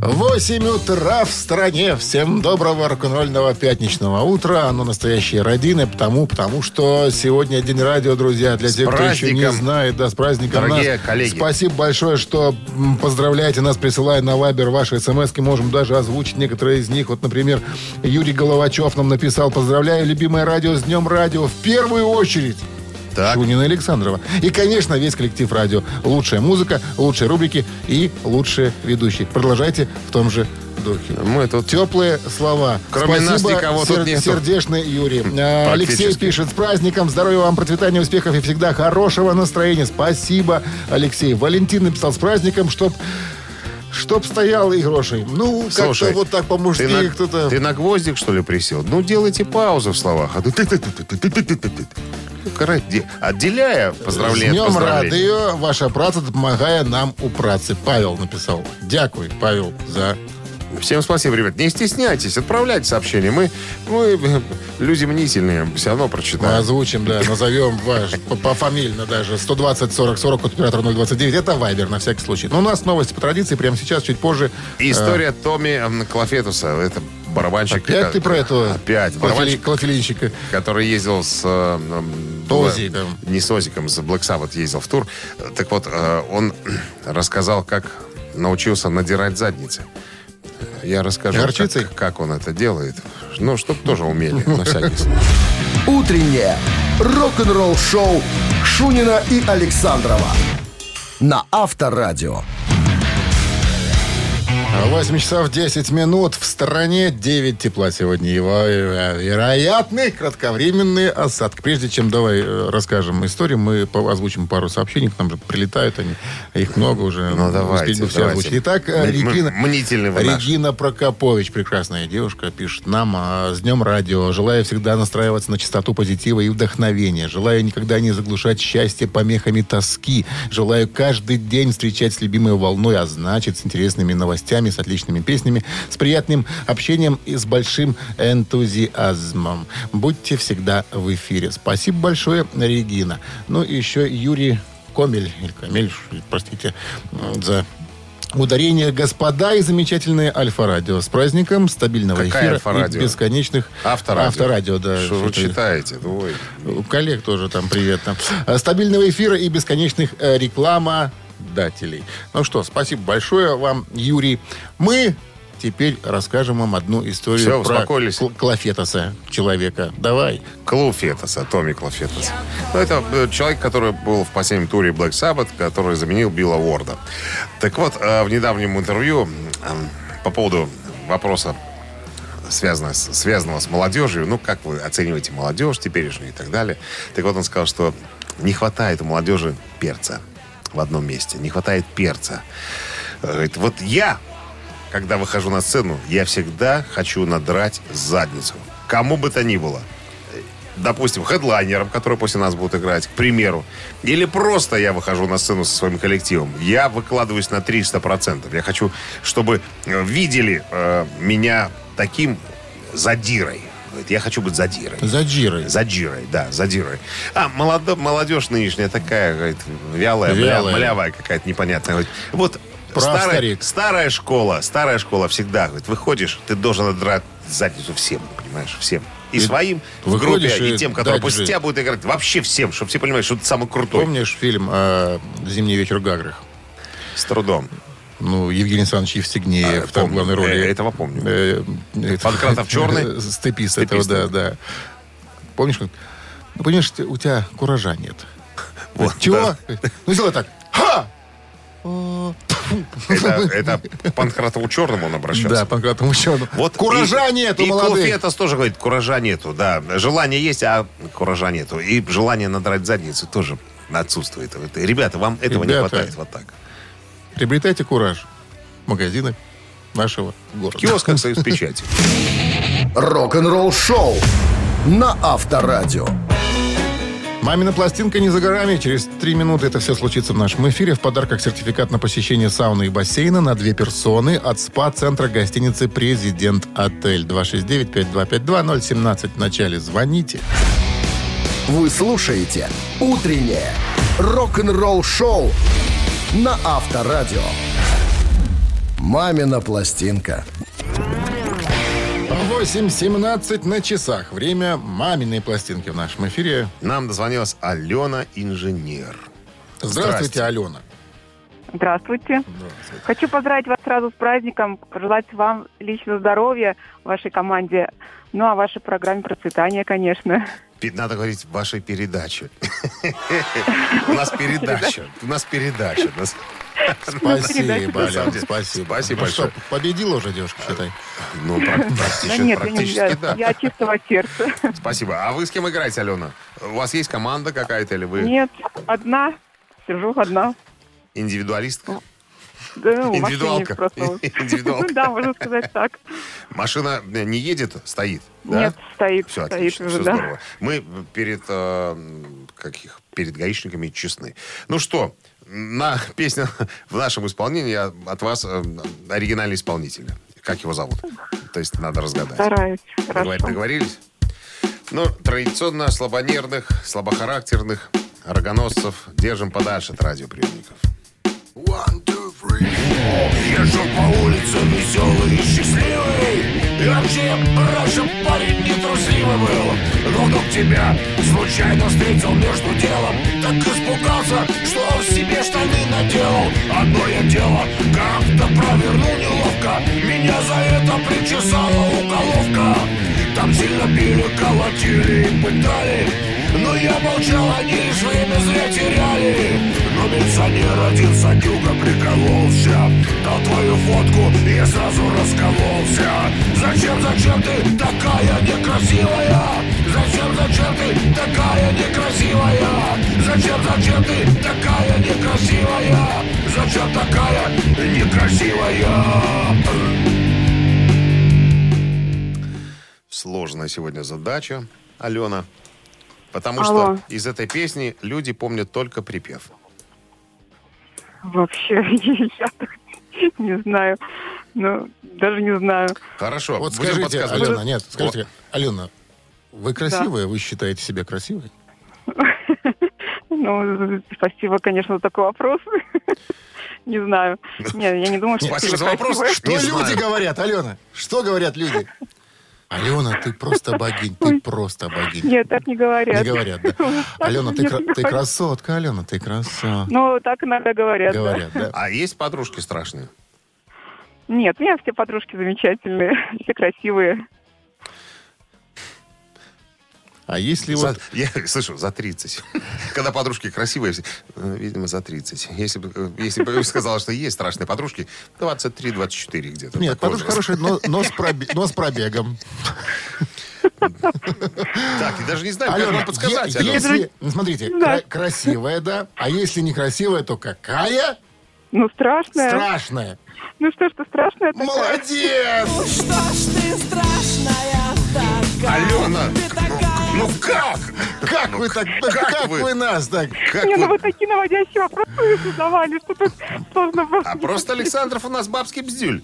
[SPEAKER 2] 8 утра в стране. Всем доброго рок-н-ролльного пятничного утра. Оно настоящее родины, потому, потому что сегодня день радио, друзья. Для
[SPEAKER 3] С
[SPEAKER 2] тех, кто еще не
[SPEAKER 3] праздником,
[SPEAKER 2] знает, да, с праздником
[SPEAKER 3] дорогие
[SPEAKER 2] нас.
[SPEAKER 3] коллеги.
[SPEAKER 2] Спасибо большое, что м, поздравляете нас, присылая на Вайбер ваши смс -ки. Можем даже озвучить некоторые из них. Вот, например, Юрий Головачев нам написал, поздравляю, любимое радио, с Днем Радио. В первую очередь.
[SPEAKER 3] Так.
[SPEAKER 2] Шунина Александрова. И, конечно, весь коллектив радио. Лучшая музыка, лучшие рубрики и лучшие ведущие. Продолжайте в том же духе.
[SPEAKER 3] Мы тут...
[SPEAKER 2] Теплые слова.
[SPEAKER 3] Кроме нас никого тут нету.
[SPEAKER 2] сердечный Юрий. А,
[SPEAKER 3] Практически.
[SPEAKER 2] Алексей пишет, с праздником, здоровья вам, процветания, успехов и всегда хорошего настроения. Спасибо, Алексей. Валентин написал, с праздником, чтоб, чтоб стоял и грошей. Ну,
[SPEAKER 3] Слушай,
[SPEAKER 2] как-то вот так по-мужски
[SPEAKER 3] ты на,
[SPEAKER 2] кто-то...
[SPEAKER 3] ты на гвоздик, что ли, присел? Ну, делайте паузу в словах. А то ты-ты-ты-ты-ты-ты-ты-ты. Ну, карате. Отделяя поздравление от
[SPEAKER 2] С днем
[SPEAKER 3] поздравления.
[SPEAKER 2] радио. Ваша праца допомагає нам у праці. Павел написал. Дякую, Павел, за...
[SPEAKER 3] Всем спасибо, ребят. Не стесняйтесь, отправляйте сообщения. Мы, мы э, люди мнительные, все равно
[SPEAKER 2] Мы
[SPEAKER 3] прочитаем.
[SPEAKER 2] озвучим, да, назовем ваш, по- пофамильно даже, 120-40-40, код оператора 029. Это Вайбер, на всякий случай. Но у нас новости по традиции, прямо сейчас, чуть позже.
[SPEAKER 3] И История Томми м, Клафетуса. Это барабанщик.
[SPEAKER 2] Опять
[SPEAKER 3] ко-
[SPEAKER 2] ты про этого?
[SPEAKER 3] Опять.
[SPEAKER 2] Клофели-
[SPEAKER 3] Барабанщик,
[SPEAKER 2] Клофелинщика.
[SPEAKER 3] который ездил с... э, м, было-
[SPEAKER 2] Озиком.
[SPEAKER 3] Не с Озиком, с Black Sabbath ездил в тур. Э, Так вот, э, он рассказал, как научился надирать задницы. Я расскажу,
[SPEAKER 2] Горчицей?
[SPEAKER 3] как, как он это делает. Ну, чтоб тоже умели, на всякий случай.
[SPEAKER 1] Утреннее рок-н-ролл-шоу Шунина и Александрова на Авторадио.
[SPEAKER 2] 8 часов 10 минут. В стране 9 тепла сегодня. Его э, вероятный кратковременный осадок. Прежде чем давай э, расскажем историю, мы по- озвучим пару сообщений. К нам же прилетают они. Их много уже.
[SPEAKER 3] Ну, давайте,
[SPEAKER 2] Успеть бы все
[SPEAKER 3] давайте.
[SPEAKER 2] озвучить. Итак, э,
[SPEAKER 3] М-
[SPEAKER 2] Регина,
[SPEAKER 3] м- мнительный вы наш.
[SPEAKER 2] Регина Прокопович, прекрасная девушка, пишет нам а, «С днем радио! Желаю всегда настраиваться на частоту позитива и вдохновения. Желаю никогда не заглушать счастье помехами тоски. Желаю каждый день встречать с любимой волной, а значит, с интересными новостями, с отличными песнями, с приятным общением и с большим энтузиазмом. Будьте всегда в эфире». Спасибо большое, Регина. Ну и еще Юрий Комель, или Камель, ш- простите, м, за Ударение, господа, и замечательное Альфа-радио. С праздником стабильного
[SPEAKER 3] Какая
[SPEAKER 2] эфира
[SPEAKER 3] Альфа-радио?
[SPEAKER 2] и бесконечных...
[SPEAKER 3] Авторадио.
[SPEAKER 2] Авторадио, да.
[SPEAKER 3] Что вы
[SPEAKER 2] что-то-
[SPEAKER 3] читаете? Ну, Ой.
[SPEAKER 2] У коллег тоже там привет. Там. А, Стабильного эфира и бесконечных э, рекламодателей. Ну что, спасибо большое вам, Юрий. Мы теперь расскажем вам одну историю
[SPEAKER 3] Всё,
[SPEAKER 2] про
[SPEAKER 3] успокоились.
[SPEAKER 2] Кл- Клафетоса, человека. Давай.
[SPEAKER 3] Клуб Фетаса, Томми Клуб Фетаса. Ну, это э, человек, который был в последнем туре Black Sabbath, который заменил Билла Уорда. Так вот, э, в недавнем интервью э, по поводу вопроса, связанного с, связанного с молодежью, ну, как вы оцениваете молодежь теперешнюю и так далее. Так вот, он сказал, что не хватает у молодежи перца в одном месте, не хватает перца. Э, Говорит, вот я когда выхожу на сцену, я всегда хочу надрать задницу. Кому бы то ни было. Э, Допустим, хедлайнерам, которые после нас будут играть, к примеру. Или просто я выхожу на сцену со своим коллективом. Я выкладываюсь на 300%. Я хочу, чтобы э, видели э, меня таким задирой. Говорит, Я хочу быть задирой.
[SPEAKER 2] Заджиры.
[SPEAKER 3] Задирой, да, задирой. А, молодо- молодежь нынешняя такая, говорит, вялая, мля-
[SPEAKER 2] Вялая.
[SPEAKER 3] млявая какая-то непонятная. Говорит, вот
[SPEAKER 2] Прав
[SPEAKER 3] старая,
[SPEAKER 2] старик.
[SPEAKER 3] старая школа, старая школа всегда, говорит, выходишь, ты должен отдрать задницу всем, понимаешь, всем. И, своим в
[SPEAKER 2] выходишь
[SPEAKER 3] группе, и,
[SPEAKER 2] и
[SPEAKER 3] тем, которые
[SPEAKER 2] дать
[SPEAKER 3] после
[SPEAKER 2] жить.
[SPEAKER 3] тебя будут играть. Вообще всем, чтобы все понимали, что ты самый крутой.
[SPEAKER 2] Помнишь фильм э, «Зимний вечер в Гаграх»?
[SPEAKER 3] С трудом.
[SPEAKER 2] Ну, Евгений Александрович Евстигнеев,
[SPEAKER 3] А,
[SPEAKER 2] там в
[SPEAKER 3] помню.
[SPEAKER 2] главной роли.
[SPEAKER 3] Э, этого помню.
[SPEAKER 2] Э, это-
[SPEAKER 3] Панкратов Чёрный?
[SPEAKER 2] Степист,
[SPEAKER 3] Степист.
[SPEAKER 2] этого, да, да. Помнишь, как- ну, понимаешь, те- у тебя куража нет.
[SPEAKER 3] Вот,
[SPEAKER 2] Чего? Ну, сделай так. Ха!
[SPEAKER 3] Это, это Панкратову Черному он обращался.
[SPEAKER 2] Да, Панкратов ученый.
[SPEAKER 3] Вот
[SPEAKER 2] куража нет у
[SPEAKER 3] и
[SPEAKER 2] молодых.
[SPEAKER 3] Клуфетас тоже говорит, куража нету, да. Желание есть, а куража нету. И желание надрать задницу тоже отсутствует. Вот, Ребята, вам этого не
[SPEAKER 2] Ребята.
[SPEAKER 3] хватает вот так.
[SPEAKER 2] Приобретайте кураж. Магазины нашего
[SPEAKER 3] В
[SPEAKER 2] города.
[SPEAKER 3] киосках «Союз Печати».
[SPEAKER 1] Рок-н-ролл-шоу на Авторадио.
[SPEAKER 2] Мамина пластинка не за горами. Через три минуты это все случится в нашем эфире. В подарках сертификат на посещение сауны и бассейна на две персоны от спа-центра гостиницы «Президент Отель». 269-5252-017. В начале звоните.
[SPEAKER 1] Вы слушаете «Утреннее рок-н-ролл-шоу» на Авторадио. Мамина пластинка.
[SPEAKER 2] 8.17 на часах. Время маминой пластинки в нашем эфире.
[SPEAKER 3] Нам дозвонилась Алена Инженер.
[SPEAKER 2] Здравствуйте, Алена.
[SPEAKER 4] Здравствуйте. Хочу поздравить вас сразу с праздником, пожелать вам личного здоровья, вашей команде, ну а вашей программе процветания, конечно.
[SPEAKER 3] Пи- Надо говорить в вашей передаче. У нас передача. У нас передача. У нас-
[SPEAKER 2] Спасибо,
[SPEAKER 3] На самом
[SPEAKER 2] Алена,
[SPEAKER 3] деле.
[SPEAKER 2] спасибо.
[SPEAKER 3] Спасибо
[SPEAKER 2] Ну что,
[SPEAKER 3] большое.
[SPEAKER 2] победила уже девушка, считай.
[SPEAKER 3] Ну, прак-
[SPEAKER 4] Да
[SPEAKER 3] практически,
[SPEAKER 4] нет, я, не, я,
[SPEAKER 3] практически, да.
[SPEAKER 4] я от чистого сердца.
[SPEAKER 3] Спасибо. А вы с кем играете, Алена? У вас есть команда какая-то или вы
[SPEAKER 4] Нет, одна, сижу одна.
[SPEAKER 3] индивидуалистка?
[SPEAKER 4] Да, ну, в машине
[SPEAKER 3] Индивидуалка.
[SPEAKER 4] просто.
[SPEAKER 3] Индивидуалка.
[SPEAKER 4] Да, можно сказать так.
[SPEAKER 3] Машина э, не едет, стоит, да?
[SPEAKER 4] Нет, стоит,
[SPEAKER 3] Все
[SPEAKER 4] стоит
[SPEAKER 3] отлично,
[SPEAKER 4] уже,
[SPEAKER 3] все
[SPEAKER 4] да.
[SPEAKER 3] здорово. Мы перед э, каких перед гаишниками честны. Ну что, на песня в нашем исполнении от вас э, оригинальный исполнитель. Как его зовут? То есть надо разгадать.
[SPEAKER 4] Стараюсь.
[SPEAKER 3] Договор-
[SPEAKER 4] Хорошо.
[SPEAKER 3] договорились? Ну, традиционно слабонервных, слабохарактерных рогоносцев держим подальше от радиоприемников.
[SPEAKER 1] One, two, three. Езжу по улицам веселый и счастливый. И вообще, раньше парень не трусливый был. Но вдруг тебя случайно встретил между делом. Так испугался, что в себе штаны наделал. Одно я дело как-то провернул неловко. Меня за это причесала уголовка. Там сильно били, колотили и пытали. Но я молчал, они лишь время зря теряли. Но милиционер один садюга прикололся Дал твою фотку и сразу раскололся Зачем, зачем ты такая некрасивая? Зачем, зачем ты такая некрасивая? Зачем, зачем ты такая некрасивая? Зачем такая некрасивая?
[SPEAKER 3] Сложная сегодня задача, Алена. Потому
[SPEAKER 4] Алло.
[SPEAKER 3] что из этой песни люди помнят только припев.
[SPEAKER 4] Вообще, я так не знаю. Ну, даже не знаю.
[SPEAKER 3] Хорошо,
[SPEAKER 2] Вот
[SPEAKER 3] будем
[SPEAKER 2] скажите,
[SPEAKER 3] подсказывать.
[SPEAKER 2] Алена, нет,
[SPEAKER 3] Вот.
[SPEAKER 2] скажите, Алена, вы красивая, вы считаете себя красивой?
[SPEAKER 4] Ну, спасибо, конечно, за такой вопрос. Не знаю. Нет, я не думаю, что...
[SPEAKER 3] Спасибо
[SPEAKER 4] это
[SPEAKER 3] Ну, а за вопрос.
[SPEAKER 4] красивое.
[SPEAKER 2] Что
[SPEAKER 3] Не
[SPEAKER 2] люди
[SPEAKER 3] знаю.
[SPEAKER 2] говорят, Алена? Что говорят люди? Алена, ты просто богинь, ты просто богинь.
[SPEAKER 4] Нет, так не говорят.
[SPEAKER 2] Не говорят, да. Алена, ты,
[SPEAKER 4] нет,
[SPEAKER 2] кра-
[SPEAKER 4] не
[SPEAKER 2] ты
[SPEAKER 4] говорят.
[SPEAKER 2] красотка, Алена, ты красотка.
[SPEAKER 4] Ну, так иногда говорят. да.
[SPEAKER 2] Говорят, да.
[SPEAKER 3] А есть подружки страшные?
[SPEAKER 4] Нет, у меня все подружки замечательные, все красивые.
[SPEAKER 2] А если
[SPEAKER 3] За-
[SPEAKER 2] вот...
[SPEAKER 3] я слышу, за 30. Когда подружки красивые, все, э, видимо, за 30. Если бы, э, если бы я сказала, что есть страшные подружки, 23-24 где-то.
[SPEAKER 2] Нет,
[SPEAKER 3] Такой
[SPEAKER 2] подружка
[SPEAKER 3] возраст.
[SPEAKER 2] хорошая, но, но с, пробе- но с пробегом.
[SPEAKER 3] Так, и даже не знаю, как
[SPEAKER 2] Алена,
[SPEAKER 3] вам подсказать.
[SPEAKER 2] А
[SPEAKER 3] а
[SPEAKER 2] е-
[SPEAKER 3] Алена.
[SPEAKER 2] если, ну, смотрите,
[SPEAKER 4] Да.
[SPEAKER 2] кра- красивая, да, а если некрасивая, то какая
[SPEAKER 4] Ну, страшная.
[SPEAKER 2] страшная.
[SPEAKER 4] Ну, что что страшная такая?
[SPEAKER 2] Молодец!
[SPEAKER 5] Что ж ты страшная такая?
[SPEAKER 3] Алена,
[SPEAKER 5] Ты такая
[SPEAKER 3] ну как? Ну
[SPEAKER 2] Как вы так, да
[SPEAKER 3] как
[SPEAKER 2] как,
[SPEAKER 3] вы?
[SPEAKER 2] вы? нас так?
[SPEAKER 3] Как
[SPEAKER 4] Не, ну
[SPEAKER 3] вы-
[SPEAKER 4] вы такие наводящие вопросы вы задавали, что тут сложно было.
[SPEAKER 3] А просто Александров у нас бабский бздюль.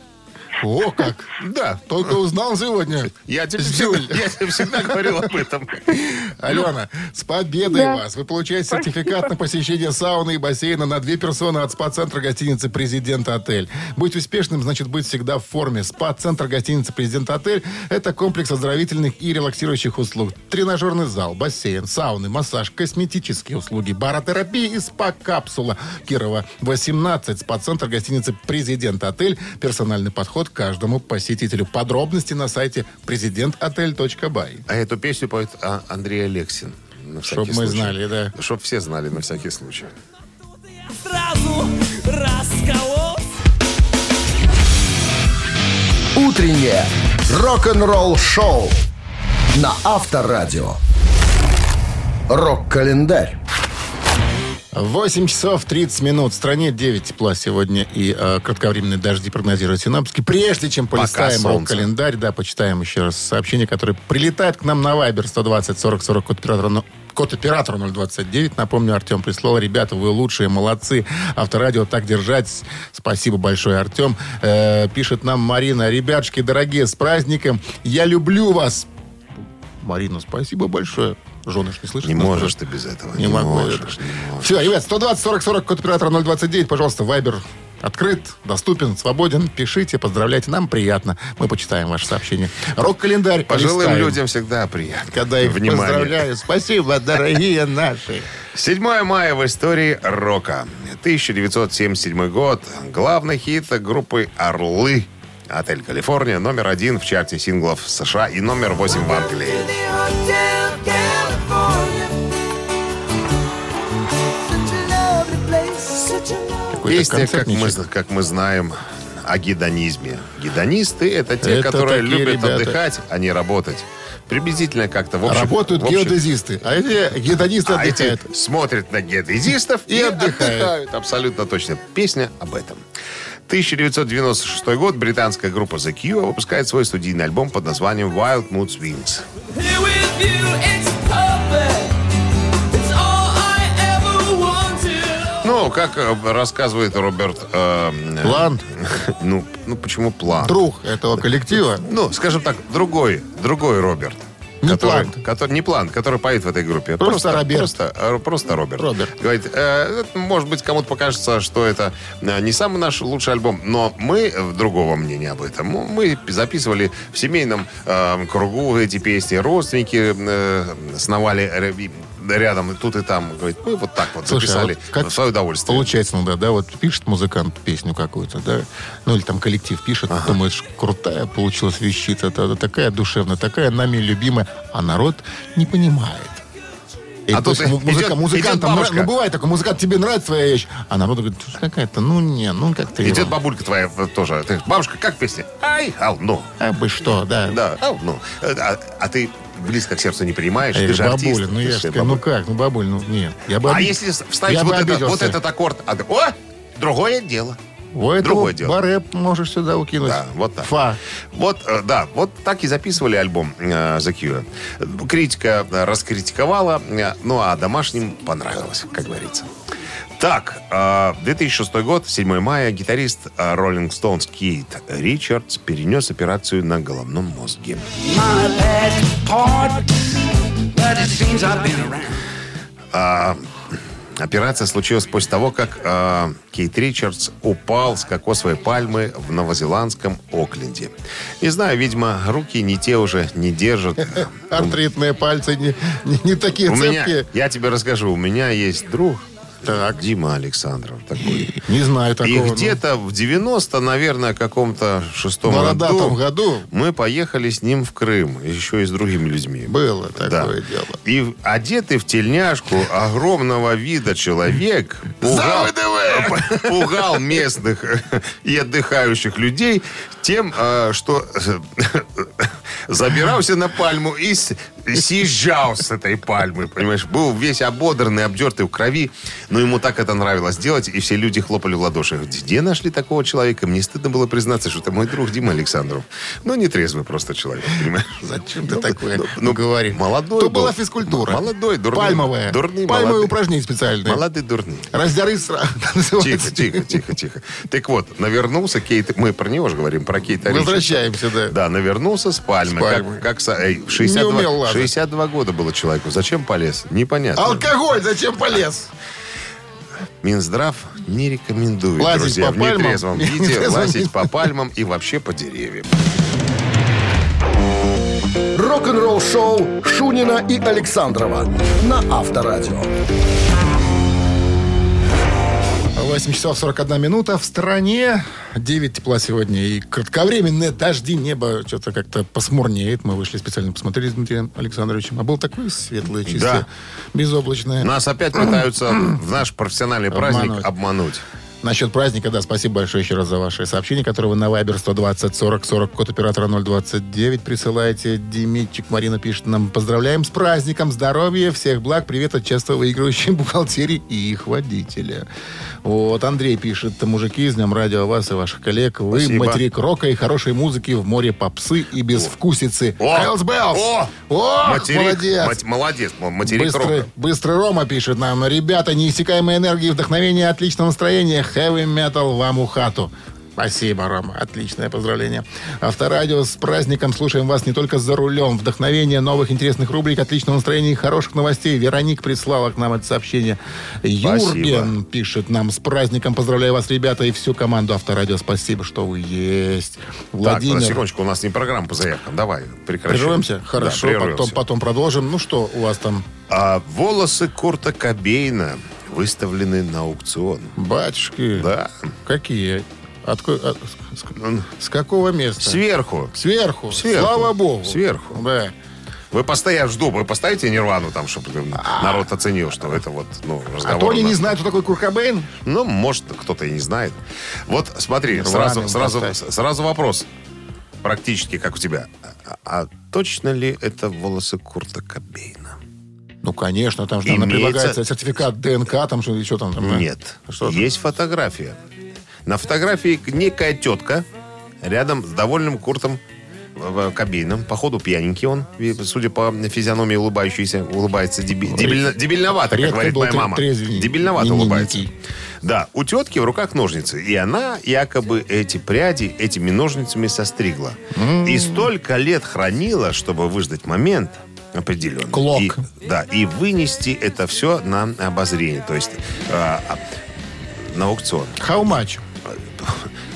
[SPEAKER 2] О, как!
[SPEAKER 3] Да,
[SPEAKER 2] Только узнал сегодня.
[SPEAKER 3] я тебе,
[SPEAKER 2] Бздюль.
[SPEAKER 3] всегда, я тебе всегда говорил об этом.
[SPEAKER 2] Алена, с победой вас! Вы получаете сертификат на посещение сауны и бассейна на две персоны от спа-центра гостиницы «Президент Отель». Быть успешным, значит быть всегда в форме. Спа-центр гостиницы «Президент Отель» – это комплекс оздоровительных и релаксирующих услуг. Тренажерный зал, бассейн, сауны, массаж, косметические услуги, баротерапия и спа-капсула. Кирова, 18, спа-центр гостиницы «Президент Отель». Персональный подход к каждому посетителю. Подробности на сайте президентотель.бай.
[SPEAKER 3] А эту песню поет а, Андрей Алексин. на всякий
[SPEAKER 2] Чтоб мы
[SPEAKER 3] случай.
[SPEAKER 2] знали, да.
[SPEAKER 3] Чтоб все знали на всякий случай.
[SPEAKER 5] тут я сразу раскололся.
[SPEAKER 1] Утреннее рок-н-ролл-шоу на Авторадио. Рок-календарь.
[SPEAKER 2] 8 часов 30 минут. В стране 9 тепла сегодня и э, кратковременные дожди прогнозируют синаптики. Прежде чем полистаем
[SPEAKER 3] солнце.
[SPEAKER 2] рок-календарь, да, почитаем еще раз сообщение, которое прилетает к нам на Viber 120 40 40 код оператора но- код оператора 029. Напомню, Артем прислал. Ребята, вы лучшие, молодцы. Авторадио так держать. Спасибо большое, Артем. Э, пишет нам Марина. Ребятушки, дорогие, с праздником. Я люблю вас. Марина, спасибо большое. Женыш не слышит?
[SPEAKER 3] Не
[SPEAKER 2] нас,
[SPEAKER 3] можешь ты без этого.
[SPEAKER 2] не могу.
[SPEAKER 3] можешь, не можешь.
[SPEAKER 2] Все, ребят, 120 40 40 код оператора 029, пожалуйста, Вайбер Открыт, доступен, свободен. Пишите, поздравляйте. Нам приятно. Мы почитаем ваше сообщение. Рок-календарь.
[SPEAKER 3] Пожилым
[SPEAKER 2] полистаем,
[SPEAKER 3] людям всегда приятно.
[SPEAKER 2] Когда их
[SPEAKER 3] Внимание.
[SPEAKER 2] поздравляю. Спасибо, дорогие наши.
[SPEAKER 3] 7 мая в истории рока. 1977 год. Главный хит группы «Орлы». Отель «Калифорния» номер один в чарте синглов США и номер 8 в Англии.
[SPEAKER 2] Какой-то
[SPEAKER 3] Песня, как мы,
[SPEAKER 2] концертничек.
[SPEAKER 3] как мы знаем, о гедонизме. Гедонисты — это те,
[SPEAKER 2] Это
[SPEAKER 3] которые
[SPEAKER 2] такие
[SPEAKER 3] любят
[SPEAKER 2] ребята.
[SPEAKER 3] отдыхать, а не работать. Приблизительно как-то. В общем,
[SPEAKER 2] Работают
[SPEAKER 3] в общем,
[SPEAKER 2] геодезисты, а эти гедонисты
[SPEAKER 3] а эти
[SPEAKER 2] отдыхают.
[SPEAKER 3] смотрят на геодезистов и,
[SPEAKER 2] И
[SPEAKER 3] отдыхают.
[SPEAKER 2] отдыхают.
[SPEAKER 3] Абсолютно точно. Песня об этом. 1996 год британская группа The Cure выпускает свой студийный альбом под названием Wild Mood Swings. Ну, как э, рассказывает Роберт... э, э,
[SPEAKER 2] План,
[SPEAKER 3] Ну, ну, почему план?
[SPEAKER 2] друг этого коллектива.
[SPEAKER 3] Ну, скажем так, другой, другой Роберт.
[SPEAKER 2] Не
[SPEAKER 3] который,
[SPEAKER 2] Плант.
[SPEAKER 3] который- не план, который поет в этой группе.
[SPEAKER 2] Просто Роберт.
[SPEAKER 3] Просто, э, просто Роберт.
[SPEAKER 2] Роберт.
[SPEAKER 3] Говорит, э, это, может быть, кому-то покажется, что это э, не самый наш лучший альбом, но мы э, другого мнения об этом. М- Мы записывали в семейном э, кругу эти песни, родственники э, сновали ря- и- рядом и тут и там. Говорит, мы вот так вот
[SPEAKER 2] Слушай, а
[SPEAKER 3] записали
[SPEAKER 2] вот как
[SPEAKER 3] в свое удовольствие.
[SPEAKER 2] Получается, ну да, да, вот пишет музыкант песню какую-то, да, ну или там коллектив пишет, думаешь, крутая получилась вещица, та- та- такая душевная, такая нами любимая, а народ не понимает. И
[SPEAKER 3] А
[SPEAKER 2] то
[SPEAKER 3] тут
[SPEAKER 2] есть му-
[SPEAKER 3] идет-
[SPEAKER 2] музыка,
[SPEAKER 3] идет
[SPEAKER 2] музыкантам,
[SPEAKER 3] бабушка.
[SPEAKER 2] ну бывает такой, музыкант, тебе нравится твоя вещь, а народ говорит, «Что какая-то, ну не, ну как-то...
[SPEAKER 3] Идет
[SPEAKER 2] его».
[SPEAKER 3] бабулька твоя э, тоже. Ты, бабушка, как песня? Ай, ал, ну.
[SPEAKER 2] А бы что, да.
[SPEAKER 3] Да, а, ну, э, а, а ты близко к сердцу не принимаешь,
[SPEAKER 2] Я
[SPEAKER 3] ты
[SPEAKER 2] говорю,
[SPEAKER 3] же артист.
[SPEAKER 2] бабуля, ну
[SPEAKER 3] ты
[SPEAKER 2] я
[SPEAKER 3] же
[SPEAKER 2] же,
[SPEAKER 3] бабуля».
[SPEAKER 2] ну как, ну бабуль, ну нет. Я бы
[SPEAKER 3] А
[SPEAKER 2] обид-
[SPEAKER 3] если вставить
[SPEAKER 2] я
[SPEAKER 3] вот,
[SPEAKER 2] бы
[SPEAKER 3] это-
[SPEAKER 2] обиделся.
[SPEAKER 3] вот этот аккорд, а ты- о, другое дело.
[SPEAKER 2] Вот это
[SPEAKER 3] другое
[SPEAKER 2] вот
[SPEAKER 3] дело.
[SPEAKER 2] барэп можешь сюда укинуть.
[SPEAKER 3] Да, вот так.
[SPEAKER 2] Фа.
[SPEAKER 3] Вот, э, да, вот так и записывали альбом э, The Cure. Э, Критика э, раскритиковала, э, ну а домашним понравилось, как говорится. Так, э, 2006 год, 7 мая, гитарист э, Rolling Stones Кейт Ричардс перенес операцию на головном мозге. А, Операция случилась после того, как э, Кейт Ричардс упал с кокосовой пальмы в новозеландском Окленде. Не знаю, видимо, руки не те уже, не держат.
[SPEAKER 2] Артритные пальцы не, не- не такие
[SPEAKER 3] У меня,
[SPEAKER 2] цепкие.
[SPEAKER 3] я тебе расскажу, у меня есть друг, Дима Александров такой.
[SPEAKER 2] Не знаю такого.
[SPEAKER 3] И
[SPEAKER 2] ну.
[SPEAKER 3] где-то в 90, наверное, каком-то шестом
[SPEAKER 2] В
[SPEAKER 3] году,
[SPEAKER 2] бородатом году.
[SPEAKER 3] мы поехали с ним в Крым, еще и с другими людьми.
[SPEAKER 2] Было
[SPEAKER 3] Да.
[SPEAKER 2] такое дело.
[SPEAKER 3] И в- одетый в тельняшку огромного вида человек пугал, пугал местных и отдыхающих людей тем, э, что забирался на пальму и с- съезжал с этой пальмы, понимаешь? Был весь ободранный, обдертый в крови, но ему так это нравилось делать, и все люди хлопали в ладоши. Где нашли такого человека? Мне стыдно было признаться, что это мой друг Дима Александров. Ну, не трезвый просто человек, понимаешь?
[SPEAKER 2] Зачем ты такое
[SPEAKER 3] ну, ну,
[SPEAKER 2] говоришь?
[SPEAKER 3] молодой
[SPEAKER 2] То
[SPEAKER 3] был.
[SPEAKER 2] была физкультура.
[SPEAKER 3] Молодой, дурный.
[SPEAKER 2] Пальмовая.
[SPEAKER 3] Дурный,
[SPEAKER 2] Пальмовые
[SPEAKER 3] молодой.
[SPEAKER 2] упражнения специальные.
[SPEAKER 3] Молодые дурные.
[SPEAKER 2] Раздяры сра- называется.
[SPEAKER 3] Тихо, тихо, тихо, тихо. Так вот, навернулся Кейт... Мы про него же говорим, про Кейта Ричардса.
[SPEAKER 2] Возвращаемся, да.
[SPEAKER 3] Да, навернулся с пальмы.
[SPEAKER 2] С пальмы.
[SPEAKER 3] Как, как со- эй,
[SPEAKER 2] Не
[SPEAKER 3] 62,
[SPEAKER 2] умел лазать.
[SPEAKER 3] 62 года было человеку. Зачем полез? Непонятно.
[SPEAKER 2] Алкоголь зачем полез?
[SPEAKER 3] Минздрав не рекомендует,
[SPEAKER 2] Лазить
[SPEAKER 3] друзья,
[SPEAKER 2] по
[SPEAKER 3] в
[SPEAKER 2] пальмам.
[SPEAKER 3] нетрезвом
[SPEAKER 2] В
[SPEAKER 3] виде
[SPEAKER 2] нетрезвом
[SPEAKER 3] лазить
[SPEAKER 2] виде.
[SPEAKER 3] по пальмам и вообще по деревьям.
[SPEAKER 9] Рок-н-ролл-шоу Шунина и Александрова на Авторадио.
[SPEAKER 2] 8 часов 41 минута. В стране 9 тепла сегодня. И кратковременные дожди, небо что-то как-то посмурнеет. Мы вышли специально посмотрели с Дмитрием Александровичем. А было такое светлое, чистое,
[SPEAKER 3] Да. Ну,
[SPEAKER 2] безоблачное.
[SPEAKER 3] Нас опять пытаются в наш профессиональный праздник
[SPEAKER 2] Обмануть.
[SPEAKER 3] обмануть.
[SPEAKER 2] Насчет праздника, да, спасибо большое еще раз за ваши сообщения, которые вы на Viber 120 40 40, код оператора 029 присылаете. Демитчик Марина пишет нам, поздравляем с праздником, здоровья, всех благ, привет от часто выигрывающей бухгалтерии и их водителя. Вот Андрей пишет, мужики, с днем радио вас и ваших коллег. Вы
[SPEAKER 3] Спасибо.
[SPEAKER 2] материк рока и хорошей музыки в море попсы и безвкусицы.
[SPEAKER 3] О!
[SPEAKER 2] Hells Bells!
[SPEAKER 3] О!
[SPEAKER 2] Ох,
[SPEAKER 3] Материк-
[SPEAKER 2] молодец!
[SPEAKER 3] мать- молодец, м- материк
[SPEAKER 2] Быстрый,
[SPEAKER 3] рока.
[SPEAKER 2] быстрый Рома пишет нам. Ребята, неиссякаемой энергии, вдохновения, отличного настроения. Heavy metal вам у хату. Спасибо, Рома. Отличное поздравление. Авторадио с праздником. Слушаем вас не только за рулем. Вдохновение новых интересных рубрик, отличного настроения и хороших новостей. Вероник прислала к нам это сообщение. Юрген пишет нам. С праздником поздравляю вас, ребята, и всю команду Авторадио. Спасибо, что вы есть.
[SPEAKER 3] Так, на
[SPEAKER 2] Владимир.
[SPEAKER 3] секундочку, у нас не программа по заявкам. Давай, прекращаем.
[SPEAKER 2] Прервемся?
[SPEAKER 3] Да,
[SPEAKER 2] Хорошо,
[SPEAKER 3] прервемся.
[SPEAKER 2] потом, потом продолжим. Ну что у вас там?
[SPEAKER 3] А волосы Курта Кобейна выставлены на аукцион.
[SPEAKER 2] Батюшки.
[SPEAKER 3] Да.
[SPEAKER 2] Какие? Отко- а, с-
[SPEAKER 3] Он
[SPEAKER 2] с, какого места?
[SPEAKER 3] Сверху.
[SPEAKER 2] Сверху.
[SPEAKER 3] Сверху.
[SPEAKER 2] Слава богу.
[SPEAKER 3] Сверху.
[SPEAKER 2] Да.
[SPEAKER 3] Вы постоянно жду, вы поставите нирвану там, чтобы ну, народ оценил, что это вот, ну, разговор.
[SPEAKER 2] А то они
[SPEAKER 3] на-
[SPEAKER 2] не знают, кто такой Куркабейн.
[SPEAKER 3] Ну, может, кто-то и не знает. Вот смотри, сразу,
[SPEAKER 2] им
[SPEAKER 3] сразу,
[SPEAKER 2] поставь.
[SPEAKER 3] сразу вопрос. Практически как у тебя. А, а точно ли это волосы Курта Кобейна?
[SPEAKER 2] Ну, конечно, там же наверное,
[SPEAKER 3] Имеется-
[SPEAKER 2] предлагается сертификат ДНК, там что еще там. там, да?
[SPEAKER 3] Нет.
[SPEAKER 2] Что же?
[SPEAKER 3] Есть фотография. На фотографии некая тетка рядом с довольным Куртом э, Кобейном. Походу, пьяненький он. И, судя по физиономии, улыбающийся, улыбается деби- дебильно- дебильновато, как
[SPEAKER 2] Редко
[SPEAKER 3] говорит
[SPEAKER 2] был
[SPEAKER 3] моя
[SPEAKER 2] тре-
[SPEAKER 3] мама.
[SPEAKER 2] трезвенький,
[SPEAKER 3] Дебильновато
[SPEAKER 2] не-не-некий.
[SPEAKER 3] улыбается. Да, у тетки в руках ножницы. И она якобы эти пряди этими ножницами состригла. И столько лет хранила, чтобы выждать момент определенный.
[SPEAKER 2] Клок.
[SPEAKER 3] И- да, и вынести это все на обозрение. То есть а, а, на аукцион.
[SPEAKER 2] How much?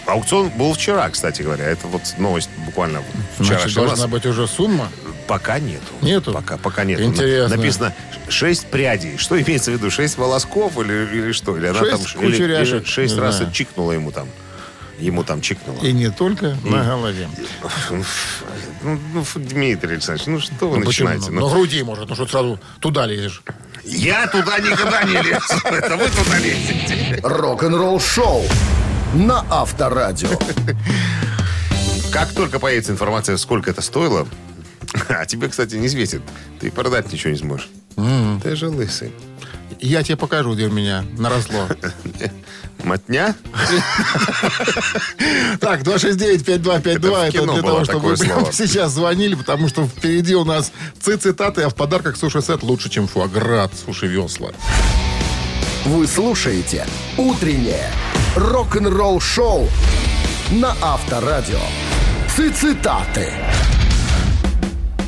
[SPEAKER 3] Аукцион был вчера, кстати говоря. Это вот новость буквально вчера.
[SPEAKER 2] Значит, должна быть уже сумма.
[SPEAKER 3] Пока нету.
[SPEAKER 2] Нету?
[SPEAKER 3] Пока, пока нету.
[SPEAKER 2] Интересно.
[SPEAKER 3] Написано 6 прядей. Что имеется в виду? 6 волосков или, или что? Или она
[SPEAKER 2] Шесть
[SPEAKER 3] там или-
[SPEAKER 2] кучеряшек,
[SPEAKER 3] или шесть
[SPEAKER 2] не
[SPEAKER 3] раз
[SPEAKER 2] знаю.
[SPEAKER 3] чикнула ему там. Ему там чикнула.
[SPEAKER 2] И не только на голове.
[SPEAKER 3] Ну, ну, фу, Дмитрий Александрович, ну что вы
[SPEAKER 2] Ну, почему?
[SPEAKER 3] начинаете?
[SPEAKER 2] На
[SPEAKER 3] Ну,
[SPEAKER 2] груди, может, ну что сразу туда лезешь.
[SPEAKER 3] я туда никогда не лезу. Это вы туда лезете.
[SPEAKER 9] Рок-н-ролл шоу на Авторадио.
[SPEAKER 3] Как только появится информация, сколько это стоило, а тебе, кстати, не светит. Ты и продать ничего не сможешь. Ты же лысый.
[SPEAKER 2] Я тебе покажу, где у меня наросло.
[SPEAKER 3] Мотня?
[SPEAKER 2] Так, 269-5252,
[SPEAKER 3] Это в
[SPEAKER 2] это,
[SPEAKER 3] кино
[SPEAKER 2] для
[SPEAKER 3] было
[SPEAKER 2] того, чтобы вы
[SPEAKER 3] такое
[SPEAKER 2] прямо
[SPEAKER 3] слово.
[SPEAKER 2] сейчас звонили, потому что впереди у нас цитаты, а в подарках суши-сет лучше, чем фуаград, суши-весла.
[SPEAKER 9] Вы слушаете «Утреннее рок-н-ролл-шоу» на Авторадио. Цитаты.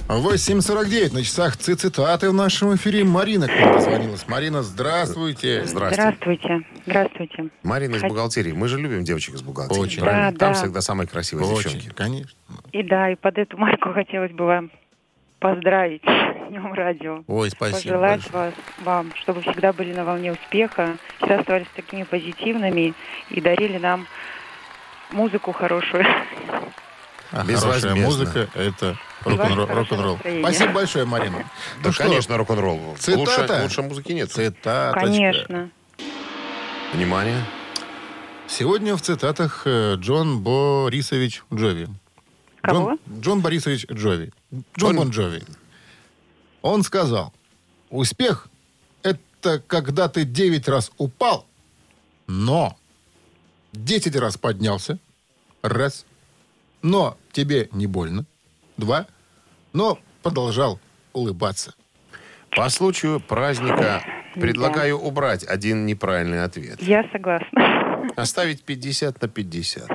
[SPEAKER 2] 8.49 на часах цитаты в нашем эфире. Марина к нам позвонилась. Марина, здравствуйте.
[SPEAKER 3] Здравствуйте.
[SPEAKER 4] Здравствуйте. Здравствуйте.
[SPEAKER 3] Марина из
[SPEAKER 4] Хот-
[SPEAKER 3] бухгалтерии. Мы же любим девочек из бухгалтерии.
[SPEAKER 2] Очень.
[SPEAKER 3] правильно?
[SPEAKER 4] Да,
[SPEAKER 3] Там
[SPEAKER 4] да.
[SPEAKER 3] всегда самые красивые
[SPEAKER 2] Очень,
[SPEAKER 3] девчонки.
[SPEAKER 2] конечно.
[SPEAKER 4] И да, и под эту марку хотелось бы вам поздравить с Днем радио.
[SPEAKER 2] Ой, спасибо
[SPEAKER 4] Пожелать
[SPEAKER 2] большое.
[SPEAKER 4] вас, вам, чтобы всегда были на волне успеха, всегда оставались такими позитивными и дарили нам музыку хорошую.
[SPEAKER 2] А
[SPEAKER 3] Безвозмездно.
[SPEAKER 2] хорошая музыка – это
[SPEAKER 4] Ваше
[SPEAKER 2] рок-н-ролл.
[SPEAKER 4] хорошее
[SPEAKER 2] рок-н-ролл.
[SPEAKER 4] настроение.
[SPEAKER 2] Спасибо большое, Марина.
[SPEAKER 3] Да,
[SPEAKER 2] Ну что,
[SPEAKER 3] конечно, рок-н-ролл.
[SPEAKER 2] цитата?
[SPEAKER 3] Лучше, лучше музыки нет.
[SPEAKER 2] Цитаточка.
[SPEAKER 4] Конечно.
[SPEAKER 3] Внимание.
[SPEAKER 2] Сегодня в цитатах э, Джон Борисович Джови.
[SPEAKER 4] Кого?
[SPEAKER 2] Джон, Джон Борисович Джови. Джон
[SPEAKER 3] Он-
[SPEAKER 2] Бон Джови. Он сказал, успех – это когда ты 9 раз упал, но 10 раз поднялся, раз, но тебе не больно, два, но продолжал улыбаться.
[SPEAKER 3] По случаю праздника предлагаю убрать один неправильный ответ.
[SPEAKER 4] Я согласна.
[SPEAKER 3] Оставить 50 на 50.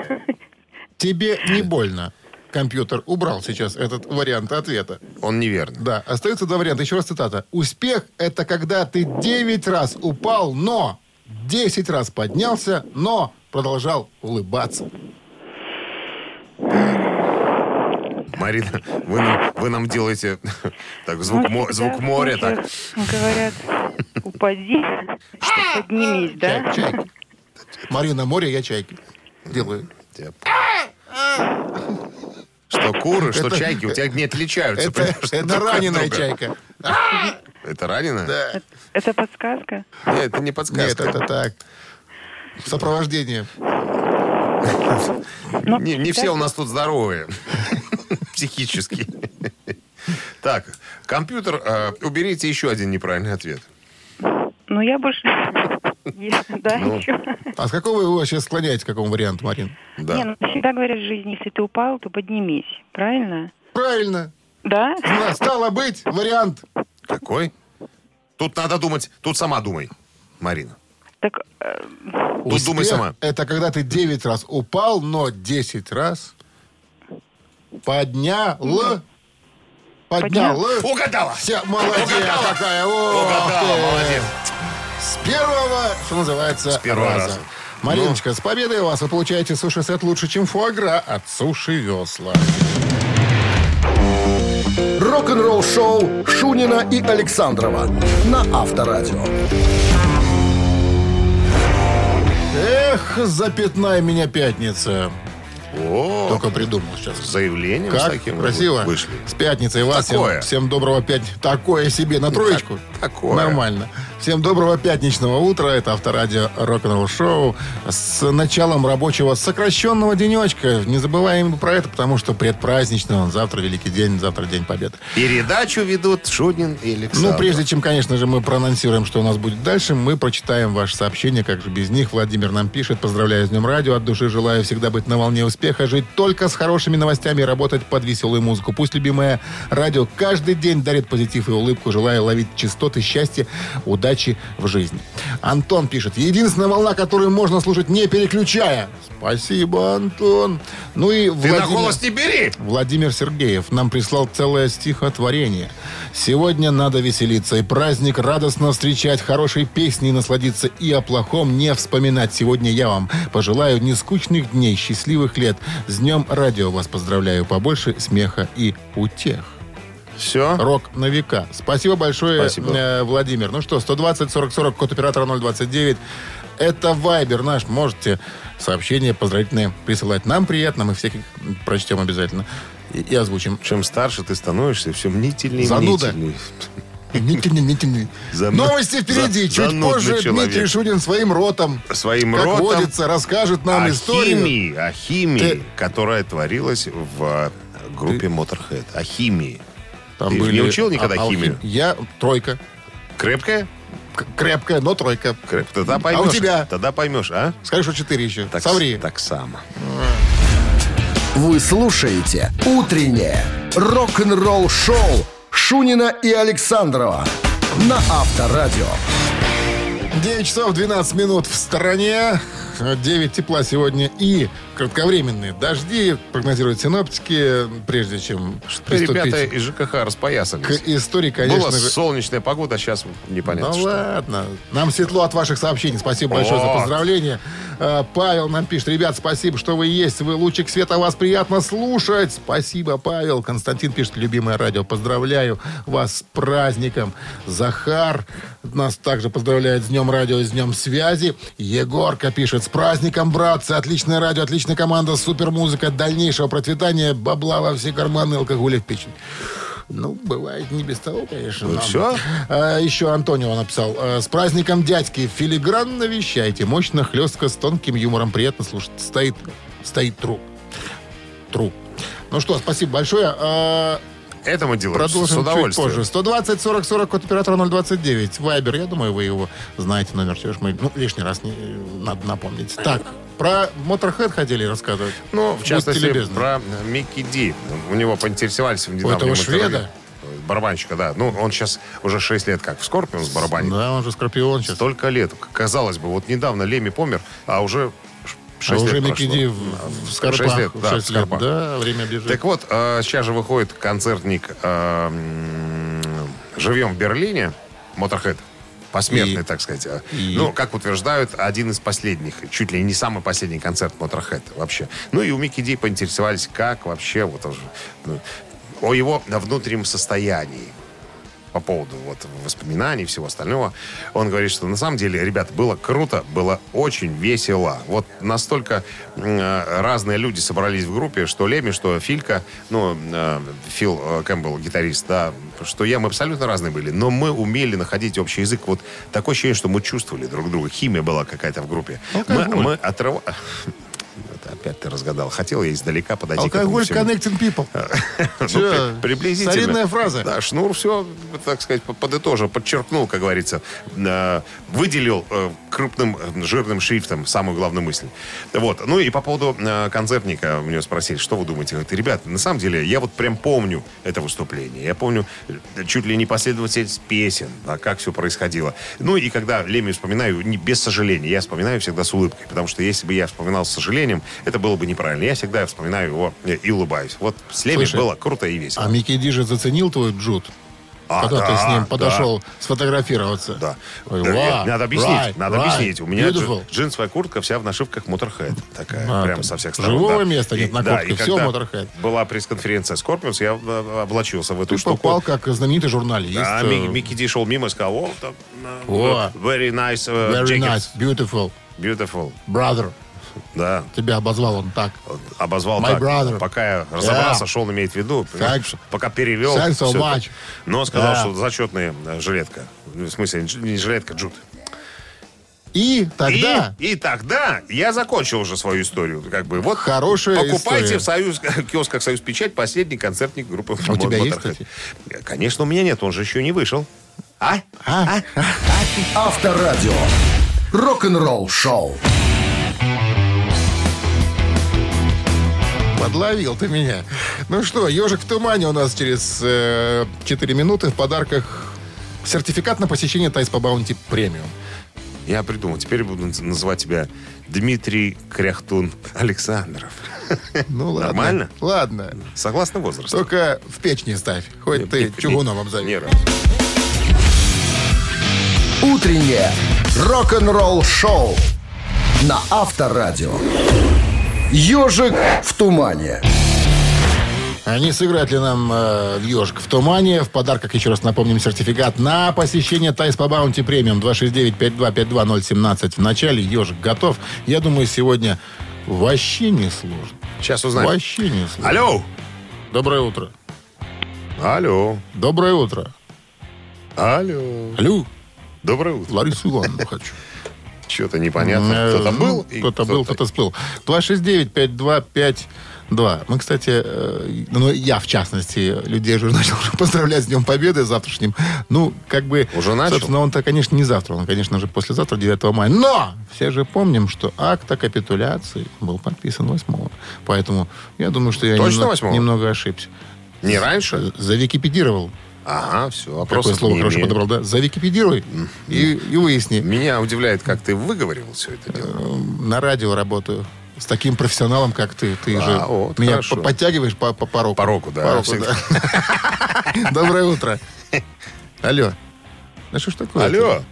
[SPEAKER 2] Тебе не больно. Компьютер убрал сейчас этот вариант ответа.
[SPEAKER 3] Он неверный.
[SPEAKER 2] Да, остается два варианта. Еще раз цитата. «Успех – это когда ты 9 раз упал, но 10 раз поднялся, но продолжал улыбаться».
[SPEAKER 3] Марина, вы нам, вы нам делаете так, звук, мо-
[SPEAKER 4] Да,
[SPEAKER 3] звук моря. Так.
[SPEAKER 4] слушай, Говорят, упади, поднимись, да?
[SPEAKER 2] Чайки, чайки. Марина море, я чайки. Делаю.
[SPEAKER 3] Типа. Что куры, что
[SPEAKER 2] Это-
[SPEAKER 3] чайки у тебя не отличаются.
[SPEAKER 2] Это,
[SPEAKER 3] понимаешь,
[SPEAKER 2] это
[SPEAKER 3] друг от
[SPEAKER 2] раненая
[SPEAKER 3] друга.
[SPEAKER 2] чайка.
[SPEAKER 3] Это раненая? Да.
[SPEAKER 4] Это подсказка?
[SPEAKER 3] это не подсказка.
[SPEAKER 2] Нет, это так. Сопровождение.
[SPEAKER 4] Но
[SPEAKER 3] Не, не все у нас тут здоровые. Психически. Так, компьютер, э, уберите еще один неправильный ответ.
[SPEAKER 4] Ну, я больше... Если, Да,
[SPEAKER 3] Ну,
[SPEAKER 4] еще.
[SPEAKER 2] А с какого вы вообще склоняетесь, к какому варианту, Марин?
[SPEAKER 4] Не,
[SPEAKER 3] Да.
[SPEAKER 4] ну, всегда говорят в жизни, если ты упал, то поднимись. Правильно?
[SPEAKER 2] Правильно.
[SPEAKER 4] Да?
[SPEAKER 2] Стало быть, вариант
[SPEAKER 3] Какой? Тут надо думать, тут сама думай, Марина.
[SPEAKER 4] Так, э,
[SPEAKER 3] Тут думай сама.
[SPEAKER 2] Это когда ты 9 раз упал, но 10 раз поднял. Поднял.
[SPEAKER 3] Угадала!
[SPEAKER 2] Все, молодец
[SPEAKER 3] Угадала.
[SPEAKER 2] какая. О,
[SPEAKER 3] Угадала,
[SPEAKER 2] ты.
[SPEAKER 3] молодец.
[SPEAKER 2] С первого, что называется,
[SPEAKER 3] первого
[SPEAKER 2] раза.
[SPEAKER 3] раза.
[SPEAKER 2] Мариночка, с победой вас! Вы получаете суши-сет лучше, чем фуагра от Суши Весла.
[SPEAKER 9] Рок-н-ролл-шоу Шунина и Александрова на Авторадио.
[SPEAKER 2] Эх, запятная меня пятница.
[SPEAKER 3] О,
[SPEAKER 2] Только придумал сейчас.
[SPEAKER 3] заявлением с
[SPEAKER 2] Как
[SPEAKER 3] таким
[SPEAKER 2] красиво.
[SPEAKER 3] вышли.
[SPEAKER 2] С пятницей вас. Всем-
[SPEAKER 3] Такое.
[SPEAKER 2] Всем, доброго пятницы. Такое себе на троечку.
[SPEAKER 3] так- такое.
[SPEAKER 2] Нормально. Всем доброго пятничного утра. Это авторадио Рок-н-ролл шоу. С началом рабочего сокращенного денечка. Не забываем про это, потому что предпраздничный он. Завтра Великий день, завтра День Победы.
[SPEAKER 3] Передачу ведут Шунин и Александр.
[SPEAKER 2] Ну, прежде чем, конечно же, мы проанонсируем, что у нас будет дальше, мы прочитаем ваши сообщения, как же без них. Владимир нам пишет, поздравляю с Днем Радио, от души желаю всегда быть на волне успеха, жить только с хорошими новостями, и работать под веселую музыку. Пусть любимое радио каждый день дарит позитив и улыбку, желаю ловить частоты счастья, удачи в жизни. Антон пишет, единственная волна, которую можно слушать, не переключая. Спасибо, Антон. Ну и
[SPEAKER 3] Ты на голос не бери!
[SPEAKER 2] Владимир Сергеев нам прислал целое стихотворение. «Сегодня надо веселиться и праздник радостно встречать, хорошей песней насладиться и о плохом не вспоминать. Сегодня я вам пожелаю нескучных дней, счастливых лет. С днем радио вас поздравляю, побольше смеха и утех».
[SPEAKER 3] Все.
[SPEAKER 2] Рок на века. Спасибо большое,
[SPEAKER 3] Спасибо.
[SPEAKER 2] э, Владимир. Ну что, 120-40-40, код оператора 029. Это Вайбер наш. Можете сообщения поздравительные присылать. Нам приятно, мы всех прочтем обязательно и, и озвучим.
[SPEAKER 3] Чем старше ты становишься, все мнительнее и
[SPEAKER 2] Зануда.
[SPEAKER 3] мнительнее. Зан-
[SPEAKER 2] Новости впереди.
[SPEAKER 3] за-
[SPEAKER 2] Чуть
[SPEAKER 3] занудный
[SPEAKER 2] позже
[SPEAKER 3] человек.
[SPEAKER 2] Дмитрий Шудин своим ротом,
[SPEAKER 3] Своим
[SPEAKER 2] как
[SPEAKER 3] ротом.
[SPEAKER 2] водится, расскажет нам
[SPEAKER 3] о
[SPEAKER 2] историю.
[SPEAKER 3] химии, о химии,
[SPEAKER 2] Ты-
[SPEAKER 3] которая творилась в э, группе Motorhead. О химии.
[SPEAKER 2] Там
[SPEAKER 3] Ты же не учил никогда
[SPEAKER 2] алхим-
[SPEAKER 3] химию?
[SPEAKER 2] Я тройка.
[SPEAKER 3] Крепкая?
[SPEAKER 2] К- крепкая, но тройка.
[SPEAKER 3] Креп- Тогда поймешь.
[SPEAKER 2] А у тебя?
[SPEAKER 3] Тогда поймешь, а?
[SPEAKER 2] Скажи, что четыре еще.
[SPEAKER 3] Так,
[SPEAKER 2] Соври.
[SPEAKER 3] Так само.
[SPEAKER 9] Вы слушаете «Утреннее рок-н-ролл-шоу» Шунина и Александрова на Авторадио.
[SPEAKER 2] 9 часов 12 минут в стороне. 9 тепла сегодня и кратковременные дожди прогнозируют синоптики, прежде чем
[SPEAKER 3] Ребята
[SPEAKER 2] приступить
[SPEAKER 3] из ЖКХ распоясались.
[SPEAKER 2] к истории, конечно
[SPEAKER 3] Была
[SPEAKER 2] же.
[SPEAKER 3] солнечная погода, а сейчас непонятно,
[SPEAKER 2] Ну
[SPEAKER 3] что.
[SPEAKER 2] ладно. Нам светло от ваших сообщений. Спасибо большое за
[SPEAKER 3] Вот.
[SPEAKER 2] поздравление. Э, Павел нам пишет. Ребят, спасибо, что вы есть. Вы лучик света. Вас приятно слушать. Спасибо, Павел. Константин пишет. Любимое радио. Поздравляю вас с праздником. Захар нас также поздравляет с Днем Радио и с Днем Связи. Егорка пишет. С праздником, братцы. Отличное радио, отличная команда, супер музыка. Дальнейшего процветания. Бабла во все карманы, алкоголя в печень. Ну, бывает не без того, конечно. нам.
[SPEAKER 3] Ну, всё?
[SPEAKER 2] А, еще Антонио написал. э, С праздником дядьки. Филигранно вещайте. Мощно, хлестко, с тонким юмором. Приятно слушать. Стоит, стоит тру. Тру. Ну что, спасибо большое. А,
[SPEAKER 3] Это мы делаем с
[SPEAKER 2] Продолжим чуть
[SPEAKER 3] удовольствием.
[SPEAKER 2] позже. 120 40 40 код оператора 029. Вайбер, я думаю, вы его знаете номер. Чего ж мы, ну, лишний раз не, надо напомнить. Так, про Motorhead хотели рассказывать.
[SPEAKER 3] Ну, в
[SPEAKER 2] Будьте
[SPEAKER 3] частности,
[SPEAKER 2] любезны.
[SPEAKER 3] про э, Микки Ди. У него поинтересовались в недавнем
[SPEAKER 2] этого
[SPEAKER 3] интервью.
[SPEAKER 2] шведа?
[SPEAKER 3] Барабанщика, да. Ну, он сейчас уже 6 лет как в Скорпион с барабанит.
[SPEAKER 2] Да, он же Скорпион сейчас.
[SPEAKER 3] Столько лет. К- Казалось бы, вот недавно Леми помер, а уже 6
[SPEAKER 2] А уже
[SPEAKER 3] лет
[SPEAKER 2] Микки
[SPEAKER 3] прошло.
[SPEAKER 2] Ди в, в Скорпах.
[SPEAKER 3] Шесть лет, да,
[SPEAKER 2] Шесть
[SPEAKER 3] в
[SPEAKER 2] лет.
[SPEAKER 3] Скорпах.
[SPEAKER 2] Да, время бежит.
[SPEAKER 3] Так вот, э, сейчас же выходит концертник э, м, «Живьем в Берлине», Моторхед. Посмертный,
[SPEAKER 2] И-
[SPEAKER 3] так сказать. э.
[SPEAKER 2] и-
[SPEAKER 3] Ну, как утверждают, один из последних, чуть ли не самый последний концерт Моторхед вообще. Ну и у Микки Ди поинтересовались, как вообще, вот он же, ну, о его внутреннем состоянии по поводу вот воспоминаний и всего остального. Он говорит, что на самом деле, ребята, было круто, было очень весело. Вот настолько м, э, разные люди собрались в группе, что Леми, что Филька, ну, э, Фил э, Кэмпбелл, гитарист, да, что я, мы абсолютно разные были, но мы умели находить общий язык. Вот такое ощущение, что мы чувствовали друг друга. Химия была какая-то в группе. мы, мы отрыва- Это Опять ты разгадал. Хотел я издалека подойти
[SPEAKER 2] Алкоголь
[SPEAKER 3] к этому всему.
[SPEAKER 2] connecting people.
[SPEAKER 3] Ну,
[SPEAKER 2] Всё,
[SPEAKER 3] при- приблизительно.
[SPEAKER 2] солидная фраза.
[SPEAKER 3] Да, Шнур все, так сказать, по- подытожил, подчеркнул, как говорится, э, выделил э, крупным э, жирным шрифтом самую главную мысль. Вот. Ну и по поводу э, концертника мне спросили, что вы думаете? Говорит, ребят, на самом деле, я вот прям помню это выступление. Я помню э, чуть ли не последовательность песен, да, как все происходило. Ну и когда Леми вспоминаю, не без сожаления, я вспоминаю всегда с улыбкой, потому что если бы я вспоминал с сожалением, это было бы неправильно. Я всегда вспоминаю его э, и улыбаюсь. Вот с Леми
[SPEAKER 2] Слушай,
[SPEAKER 3] было круто и весело.
[SPEAKER 2] А Микки Ди же заценил твой джут,
[SPEAKER 3] А,
[SPEAKER 2] когда ты
[SPEAKER 3] да,
[SPEAKER 2] с ним
[SPEAKER 3] да.
[SPEAKER 2] подошел сфотографироваться.
[SPEAKER 3] Да.
[SPEAKER 2] Ой,
[SPEAKER 3] Э,
[SPEAKER 2] wow,
[SPEAKER 3] надо объяснить,
[SPEAKER 2] right,
[SPEAKER 3] надо
[SPEAKER 2] right,
[SPEAKER 3] объяснить. У меня джи-
[SPEAKER 2] beautiful.
[SPEAKER 3] джинсовая куртка вся в нашивках Motorhead. Такая,
[SPEAKER 2] А,
[SPEAKER 3] прям
[SPEAKER 2] там
[SPEAKER 3] со всех сторон.
[SPEAKER 2] живого
[SPEAKER 3] да.
[SPEAKER 2] места нет
[SPEAKER 3] И-
[SPEAKER 2] на
[SPEAKER 3] да,
[SPEAKER 2] куртке,
[SPEAKER 3] и
[SPEAKER 2] всё
[SPEAKER 3] когда
[SPEAKER 2] Motorhead.
[SPEAKER 3] Была пресс-конференция Scorpions, я э, облачился в эту
[SPEAKER 2] Ты
[SPEAKER 3] штуку.
[SPEAKER 2] попал как знаменитый журналист.
[SPEAKER 3] А
[SPEAKER 2] э,
[SPEAKER 3] Ми- Микки Ди шел мимо и сказал, «О, там, э,
[SPEAKER 2] О.
[SPEAKER 3] very nice э,
[SPEAKER 2] Very
[SPEAKER 3] jacket.
[SPEAKER 2] nice, beautiful,
[SPEAKER 3] Beautiful.
[SPEAKER 2] brother.
[SPEAKER 3] Да.
[SPEAKER 2] Тебя обозвал он так.
[SPEAKER 3] Вот, Обозвал
[SPEAKER 2] My
[SPEAKER 3] так.
[SPEAKER 2] brother.
[SPEAKER 3] Пока я разобрался,
[SPEAKER 2] Yeah.
[SPEAKER 3] шел, имеет в виду. понимаешь, Пока перевел.
[SPEAKER 2] Thanks so
[SPEAKER 3] всё это.
[SPEAKER 2] much.
[SPEAKER 3] Но сказал,
[SPEAKER 2] Yeah.
[SPEAKER 3] что зачетная э, жилетка. В смысле, не жилетка, джут.
[SPEAKER 2] И тогда...
[SPEAKER 3] И, и тогда я закончил уже свою историю. Как бы вот
[SPEAKER 2] Хорошая
[SPEAKER 3] покупайте
[SPEAKER 2] история.
[SPEAKER 3] в союз, киосках Союз Печать последний концертник группы.
[SPEAKER 2] А у тебя есть,
[SPEAKER 3] Motorhead. Конечно, у меня нет, он же еще не вышел. А?
[SPEAKER 2] А,
[SPEAKER 9] Авторадио. Рок-н-ролл шоу.
[SPEAKER 2] подловил ты меня. Ну что, ежик в тумане у нас через 4 минуты в подарках сертификат на посещение Тайс по Баунти премиум.
[SPEAKER 3] Я придумал. Теперь буду наз- называть тебя Дмитрий Кряхтун Александров.
[SPEAKER 2] Ну ладно.
[SPEAKER 3] Нормально?
[SPEAKER 2] Ладно.
[SPEAKER 3] Согласно возрасту.
[SPEAKER 2] Только в печь не ставь.
[SPEAKER 3] Э,
[SPEAKER 2] Хоть ты чугуном обзови.
[SPEAKER 3] Не раз.
[SPEAKER 9] Утреннее рок-н-ролл шоу на Авторадио. Ежик в тумане.
[SPEAKER 2] А не сыграть ли нам э, в «Ежик в тумане»? В подарках, еще раз напомним, сертификат на посещение Тайс по Баунти Премиум 269-5252017. В начале «Ежик готов». Я думаю, сегодня вообще не сложно.
[SPEAKER 3] Сейчас узнаем.
[SPEAKER 2] Вообще не сложно.
[SPEAKER 3] Алло.
[SPEAKER 2] Доброе утро.
[SPEAKER 3] Алло.
[SPEAKER 2] Доброе утро.
[SPEAKER 3] Алло.
[SPEAKER 2] Алло,
[SPEAKER 3] Доброе утро.
[SPEAKER 2] Ларису Ивановну хочу.
[SPEAKER 3] Что-то непонятно.
[SPEAKER 2] Э,
[SPEAKER 3] Кто-то
[SPEAKER 2] ну,
[SPEAKER 3] был. и
[SPEAKER 2] Кто-то был, кто-то сплыл. 269-5252. Мы, кстати, э, ну, я, в частности, людей уже начал уже поздравлять с Днем Победы завтрашним. Ну, как бы...
[SPEAKER 3] Уже начал?
[SPEAKER 2] Собственно, он-то, конечно, не завтра. Он, конечно же, послезавтра, 9 мая. Но! Все же помним, что акт о капитуляции был подписан 8 Поэтому я думаю, что я
[SPEAKER 3] Точно
[SPEAKER 2] немного,
[SPEAKER 3] 8-го?
[SPEAKER 2] немного ошибся. Э,
[SPEAKER 3] Не раньше?
[SPEAKER 2] Завикипедировал.
[SPEAKER 3] Ага, все.
[SPEAKER 2] Какое
[SPEAKER 3] Вопросов
[SPEAKER 2] слово
[SPEAKER 3] не
[SPEAKER 2] хорошо
[SPEAKER 3] имею.
[SPEAKER 2] подобрал, да? Завикипедируй и, и выясни.
[SPEAKER 3] Меня удивляет, как ты выговорил все это дело.
[SPEAKER 2] на радио работаю. С таким профессионалом, как ты. Ты
[SPEAKER 3] А,
[SPEAKER 2] же
[SPEAKER 3] вот,
[SPEAKER 2] меня
[SPEAKER 3] хорошо.
[SPEAKER 2] по- подтягиваешь по, по пороку.
[SPEAKER 3] По року, да,
[SPEAKER 2] Пороку,
[SPEAKER 3] всегда.
[SPEAKER 2] да. Доброе утро. Алло. Да что ж такое?
[SPEAKER 3] Алло,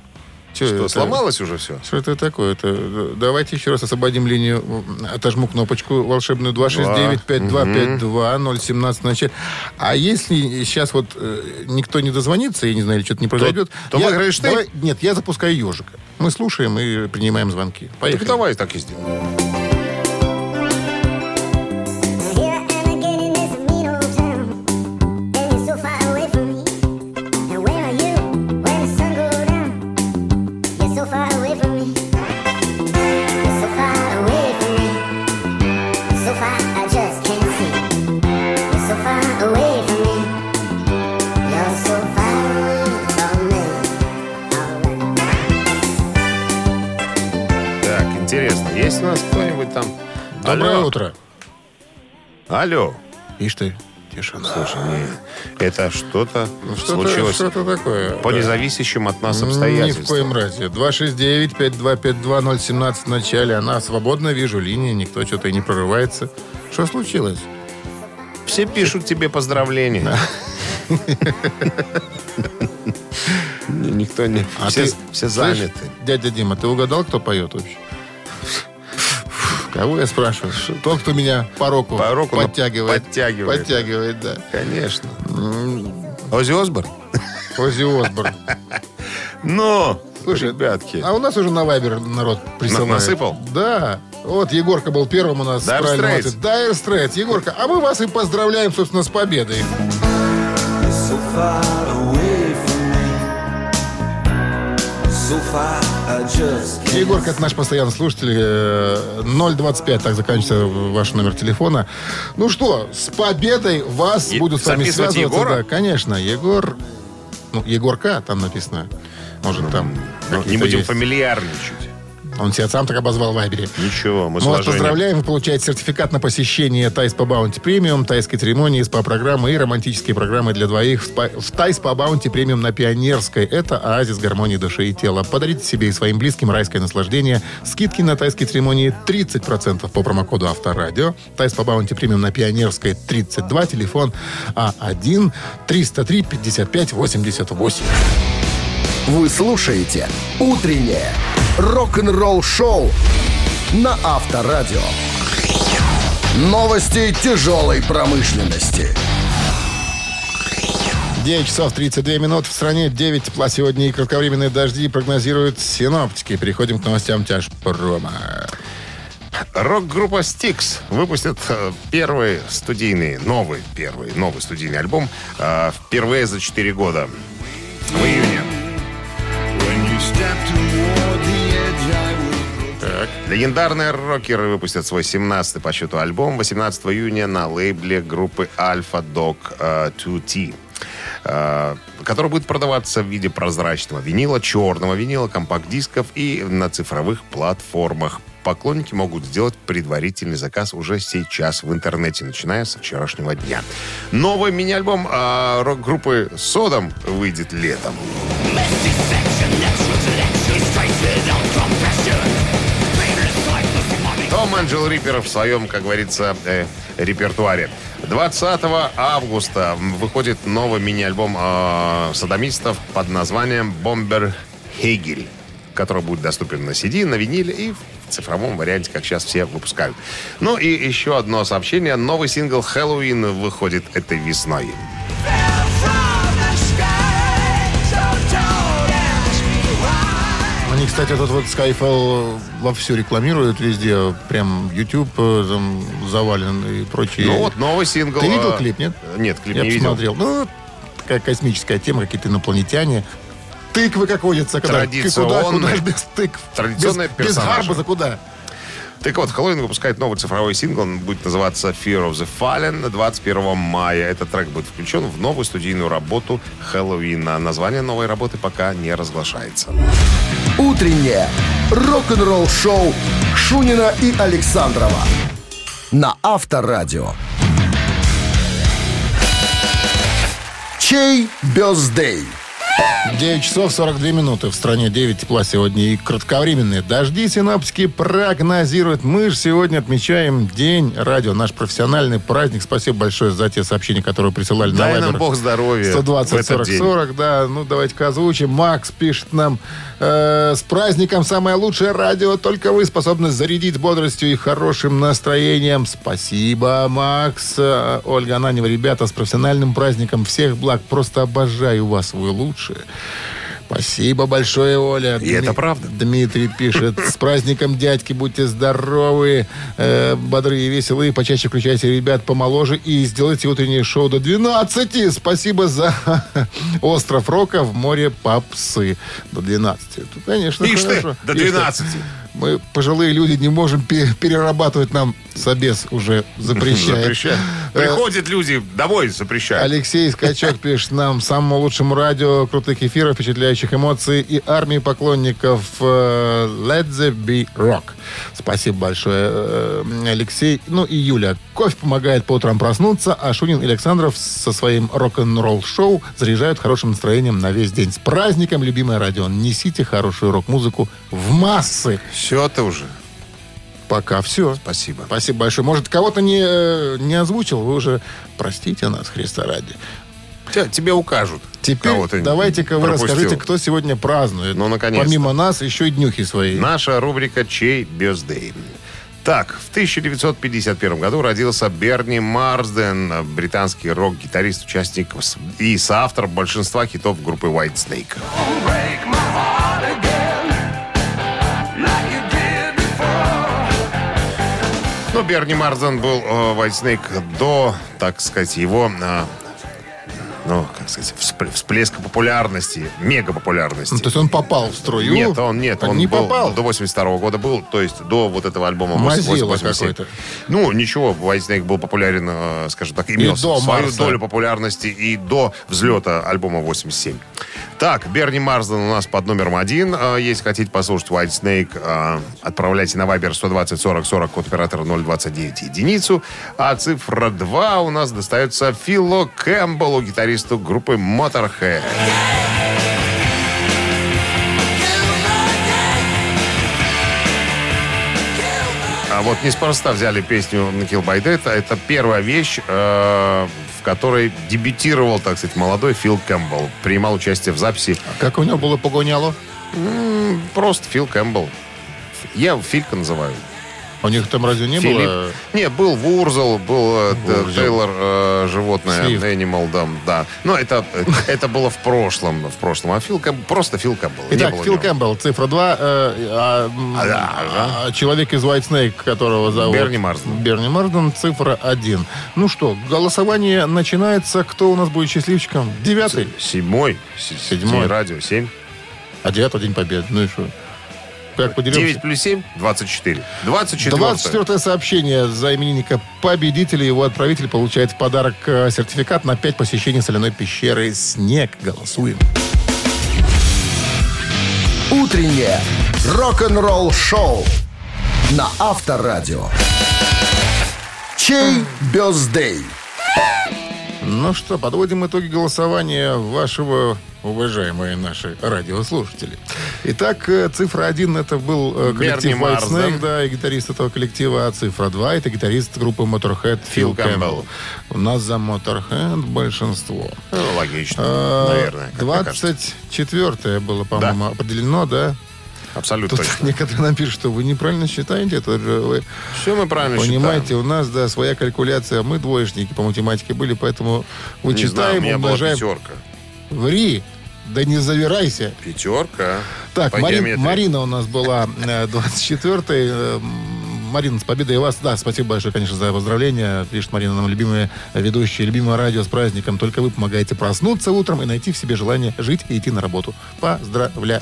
[SPEAKER 2] Что,
[SPEAKER 3] что, сломалось уже все?
[SPEAKER 2] Что это такое? Это давайте еще раз освободим линию, м, отожму кнопочку волшебную 269-5252-017 в начале. А если сейчас вот э, никто не дозвонится, я не знаю, или что-то не произойдет...
[SPEAKER 3] то
[SPEAKER 2] я-
[SPEAKER 3] выиграешь ты.
[SPEAKER 2] давай- Нет, я запускаю ежика. Мы слушаем и принимаем звонки.
[SPEAKER 3] Так
[SPEAKER 2] Поехали.
[SPEAKER 3] давай так и сделаем. Так, интересно, есть у нас кто-нибудь там?
[SPEAKER 2] Доброе
[SPEAKER 3] Алло.
[SPEAKER 2] утро.
[SPEAKER 3] Алло.
[SPEAKER 2] Ишь ты, тишина.
[SPEAKER 3] Слушай, не, это что-то
[SPEAKER 2] Ну, Что-то,
[SPEAKER 3] случилось
[SPEAKER 2] что-то такое.
[SPEAKER 3] по независящим от нас
[SPEAKER 2] Ни в
[SPEAKER 3] обстоятельствам.
[SPEAKER 2] коем разе. 269-5252017 в начале. Она свободно, вижу линии, никто что-то и не прорывается. Что случилось?
[SPEAKER 3] Все пишут тебе поздравления. Никто не...
[SPEAKER 2] А
[SPEAKER 3] Все все
[SPEAKER 2] слышь,
[SPEAKER 3] заняты.
[SPEAKER 2] Дядя Дима, ты угадал, кто поет вообще? Кого я спрашиваю? Тот, кто меня по року,
[SPEAKER 3] По року, но
[SPEAKER 2] подтягивает.
[SPEAKER 3] подтягивает.
[SPEAKER 2] Подтягивает, да.
[SPEAKER 3] Конечно. Ози Осборн?
[SPEAKER 2] Оззи Осборн.
[SPEAKER 3] Ну,
[SPEAKER 2] Слушай,
[SPEAKER 3] ребятки.
[SPEAKER 2] А у нас уже на Вайбер народ присылает.
[SPEAKER 3] На- насыпал?
[SPEAKER 2] Да. Вот Егорка был первым у нас.
[SPEAKER 3] Dire
[SPEAKER 2] правильным
[SPEAKER 3] Straits.
[SPEAKER 2] ответом. Dire Straits. Егорка, а мы вас и поздравляем, собственно, с победой.
[SPEAKER 5] So far away from me. So far, I just can't.
[SPEAKER 2] Егорка, это наш постоянный слушатель. э, 025, так заканчивается ваш номер телефона. Ну что, с победой вас
[SPEAKER 3] Е-
[SPEAKER 2] будут с вами
[SPEAKER 3] записывать
[SPEAKER 2] связываться.
[SPEAKER 3] Егора?
[SPEAKER 2] Да, конечно, Егор... Ну, Егорка там написано. Может, там...
[SPEAKER 3] Ну, не
[SPEAKER 2] какие-то
[SPEAKER 3] будем
[SPEAKER 2] есть.
[SPEAKER 3] фамильярничать. Ну, а
[SPEAKER 2] Он себя сам так обозвал в Вайбере.
[SPEAKER 3] Ничего, мы
[SPEAKER 2] Мы
[SPEAKER 3] с
[SPEAKER 2] вас
[SPEAKER 3] уважением.
[SPEAKER 2] поздравляем. Ну, Вы получаете сертификат на посещение Тайс по Баунти Премиум, тайской церемонии, СПА-программы и романтические программы для двоих в, спа- в Тайс по Баунти Премиум на Пионерской. Это оазис гармонии души и тела. Подарите себе и своим близким райское наслаждение. Скидки на тайской церемонии 30% по промокоду Авторадио. Тайс по Баунти Премиум на Пионерской 32. Телефон а А1-303-55-88.
[SPEAKER 9] Вы слушаете «Утреннее рок-н-ролл-шоу» на Авторадио. Новости тяжелой промышленности.
[SPEAKER 2] 9 часов 32 минут. В стране 9 тепла сегодня и кратковременные дожди прогнозируют синоптики. Переходим к новостям тяжпрома.
[SPEAKER 3] Рок-группа Styx выпустит э, первый студийный, новый первый, новый студийный альбом э, впервые за 4 года. В июне. Так. Легендарные рокеры выпустят свой 17-й по счету альбом 18 июня на лейбле группы Alpha Dog э, 2T, э, который будет продаваться в виде прозрачного винила, черного винила, компакт-дисков и на цифровых платформах. Поклонники могут сделать предварительный заказ уже сейчас в интернете, начиная со вчерашнего дня. Новый мини-альбом э, рок-группы Содом выйдет летом. Том Анджел Риппер в своем, как говорится, э, репертуаре. 20 августа выходит новый мини-альбом э, садомистов под названием «Бомбер Хегель», который будет доступен на CD, на виниле и в цифровом варианте, как сейчас все выпускают. Ну и еще одно сообщение. Новый сингл «Хэллоуин» выходит этой весной.
[SPEAKER 2] Они, кстати, этот вот Skyfall вовсю рекламируют везде. Прям YouTube э, там завален и прочие.
[SPEAKER 3] Ну вот, новый сингл.
[SPEAKER 2] Ты видел
[SPEAKER 3] э,
[SPEAKER 2] клип, нет?
[SPEAKER 3] Нет, клип
[SPEAKER 2] Я
[SPEAKER 3] не видел.
[SPEAKER 2] посмотрел. Ну, такая космическая тема, какие-то инопланетяне. Тыквы, как водится. Когда,
[SPEAKER 3] Традиционные.
[SPEAKER 2] Куда, куда ж без тыкв?
[SPEAKER 3] Традиционные
[SPEAKER 2] без, без
[SPEAKER 3] персонажи.
[SPEAKER 2] гарбуза куда?
[SPEAKER 3] Так вот, Хэллоуин выпускает новый цифровой сингл. Он будет называться Fear of the Fallen 21 мая. Этот трек будет включен в новую студийную работу Хэллоуина. Название новой работы пока не разглашается.
[SPEAKER 2] Ну,
[SPEAKER 9] «Утреннее рок-н-ролл-шоу» Шунина и Александрова на Авторадио. Чей бездей?
[SPEAKER 2] 9 часов 42 минуты. В стране 9 тепла сегодня и кратковременные дожди синаптики прогнозируют. Мы же сегодня отмечаем День радио, наш профессиональный праздник. Спасибо большое за те сообщения, которые присылали на
[SPEAKER 3] Дай нам
[SPEAKER 2] Viber.
[SPEAKER 3] бог здоровья в этот
[SPEAKER 2] 120 40
[SPEAKER 3] день.
[SPEAKER 2] 40, да. Ну, давайте-ка озвучим. Макс пишет нам, э, с праздником самое лучшее радио, только вы способны зарядить бодростью и хорошим настроением. Спасибо, Макс. Э, Ольга Ананева, ребята, с профессиональным праздником всех благ. Просто обожаю вас, вы лучшие. Спасибо большое, Оля.
[SPEAKER 3] И это правда.
[SPEAKER 2] Дмитрий пишет. С праздником, дядьки, будьте здоровы, э, бодрые и веселые. Почаще включайте ребят помоложе и сделайте утреннее шоу до 12. Спасибо за остров рока в море попсы. До 12. Это, конечно,
[SPEAKER 3] Ишь ты,
[SPEAKER 2] хорошо.
[SPEAKER 3] до
[SPEAKER 2] Ишь ты.
[SPEAKER 3] 12.
[SPEAKER 2] Мы, пожилые люди, не можем пе- перерабатывать нам собес уже запрещает.
[SPEAKER 3] Запрещают.
[SPEAKER 2] Э,
[SPEAKER 3] Приходят люди домой, запрещают.
[SPEAKER 2] Алексей Скачок пишет нам самому лучшему радио, крутых эфиров, впечатляющих эмоций и армии поклонников э, Let the Be Rock. Спасибо большое, э, Алексей. Ну и Юля. Кофе помогает по утрам проснуться, а Шунин и Александров со своим рок-н-ролл шоу заряжают хорошим настроением на весь день. С праздником, любимое радио. Несите хорошую рок-музыку в массы.
[SPEAKER 3] Все это уже.
[SPEAKER 2] Пока все.
[SPEAKER 3] Спасибо.
[SPEAKER 2] Спасибо большое. Может, кого-то не, э, не озвучил, вы уже простите нас, Христа ради.
[SPEAKER 3] Те- Тебе укажут.
[SPEAKER 2] Теперь
[SPEAKER 3] кого ты
[SPEAKER 2] давайте-ка вы
[SPEAKER 3] пропустил.
[SPEAKER 2] расскажите, кто сегодня празднует.
[SPEAKER 3] Ну, наконец-то.
[SPEAKER 2] Помимо нас, еще и днюхи свои.
[SPEAKER 3] Наша рубрика «Чей бездей». Так, в 1951 году родился Берни Марсден, британский рок-гитарист, участник с- и соавтор большинства хитов группы White Snake. Но Берни Марсден был э, White Snake до, так сказать, его э, ну, как сказать, вспл- всплеска популярности, мега популярности.
[SPEAKER 2] Ну, то есть он попал в струю?
[SPEAKER 3] Нет, он нет,
[SPEAKER 2] Так
[SPEAKER 3] он
[SPEAKER 2] не
[SPEAKER 3] был,
[SPEAKER 2] попал.
[SPEAKER 3] до 82 года был, то есть до вот этого альбома «Мос-
[SPEAKER 2] Мазила
[SPEAKER 3] 87».
[SPEAKER 2] какой-то.
[SPEAKER 3] Ну, ничего, White Snake был популярен, э, скажем так, имел
[SPEAKER 2] до
[SPEAKER 3] свою
[SPEAKER 2] Марса.
[SPEAKER 3] долю популярности и до взлета альбома 87. Так, Берни Марсден у нас под номером один. Э, Если хотите послушать White Snake, э, отправляйте на Viber 120 40 40 код оператора 029 единицу. А цифра 2 у нас достается Фило Кэмпбеллу, гитаристу группы Motorhead. А вот неспроста взяли песню Kill by Dead. А Это первая вещь, э, в которой дебютировал, так сказать, молодой Фил Кэмпбелл. Принимал участие в записи
[SPEAKER 2] Как у него было погоняло?
[SPEAKER 3] просто Фил Кэмпбелл. Я его Филька называю.
[SPEAKER 2] У них там разве не
[SPEAKER 3] Филипп.
[SPEAKER 2] было?
[SPEAKER 3] Не, был Вурзел, был э, Т-
[SPEAKER 2] Вурзел.
[SPEAKER 3] Тейлор э, животное,
[SPEAKER 2] Свифт.
[SPEAKER 3] Animal, да, да. Но это, это было в прошлом, в прошлом. А Фил Кэмпбелл, просто Фил Кэмпбелл. Не
[SPEAKER 2] Итак,
[SPEAKER 3] было у
[SPEAKER 2] Фил
[SPEAKER 3] него. А,
[SPEAKER 2] Кэмпбелл, цифра э, а, 2. а, человек из White Snake, которого зовут...
[SPEAKER 3] Берни Марсден.
[SPEAKER 2] Берни Марсден, цифра 1. Ну что, голосование начинается. Кто у нас будет счастливчиком? Девятый.
[SPEAKER 3] Седьмой.
[SPEAKER 2] Седьмой.
[SPEAKER 3] Седьмой. Радио 7.
[SPEAKER 2] А девятый день победы. Ну и что? Как поделимся?
[SPEAKER 3] 9 плюс 7, 24. 24.
[SPEAKER 2] 24 сообщение за именинника победителя. Его отправитель получает в подарок э, сертификат на 5 посещений соляной пещеры «Снег». Голосуем.
[SPEAKER 9] Утреннее рок-н-ролл-шоу на Авторадио. Чей бездей?
[SPEAKER 2] Ну что, подводим итоги голосования вашего, уважаемые наши радиослушатели. Итак, э, цифра 1 это был э, коллектив
[SPEAKER 3] Берни
[SPEAKER 2] White
[SPEAKER 3] Марс,
[SPEAKER 2] Snake,
[SPEAKER 3] да?
[SPEAKER 2] да, и гитарист этого коллектива, а цифра 2 это гитарист группы Motorhead Фил
[SPEAKER 3] Фил
[SPEAKER 2] Кэмпбелл.
[SPEAKER 3] Кэмпбелл.
[SPEAKER 2] У нас за Motorhead большинство.
[SPEAKER 3] Ну, логично,
[SPEAKER 2] Э,
[SPEAKER 3] наверное. как мне кажется.
[SPEAKER 2] 24 было, по-моему, определено, да?
[SPEAKER 3] Абсолютно
[SPEAKER 2] Тут
[SPEAKER 3] точно.
[SPEAKER 2] некоторые нам пишут, что вы неправильно считаете, это же вы
[SPEAKER 3] Все мы правильно
[SPEAKER 2] Понимаете,
[SPEAKER 3] считаем.
[SPEAKER 2] у нас, да, своя калькуляция. Мы двоечники по математике были, поэтому
[SPEAKER 3] Не знаю, у
[SPEAKER 2] вычитаем,
[SPEAKER 3] меня была
[SPEAKER 2] умножаем.
[SPEAKER 3] пятерка.
[SPEAKER 2] Ври! Да не завирайся.
[SPEAKER 3] Пятерка.
[SPEAKER 2] Так,
[SPEAKER 3] По
[SPEAKER 2] Марин-
[SPEAKER 3] геометрии.
[SPEAKER 2] Марина у нас была э, 24-й. Эм, Марина, с победой вас. Да, спасибо большое, конечно, за поздравления. Пишет Марина, нам любимые ведущие, любимое радио с праздником. Только вы помогаете проснуться утром и найти в себе желание жить и идти на работу. Поздравляю.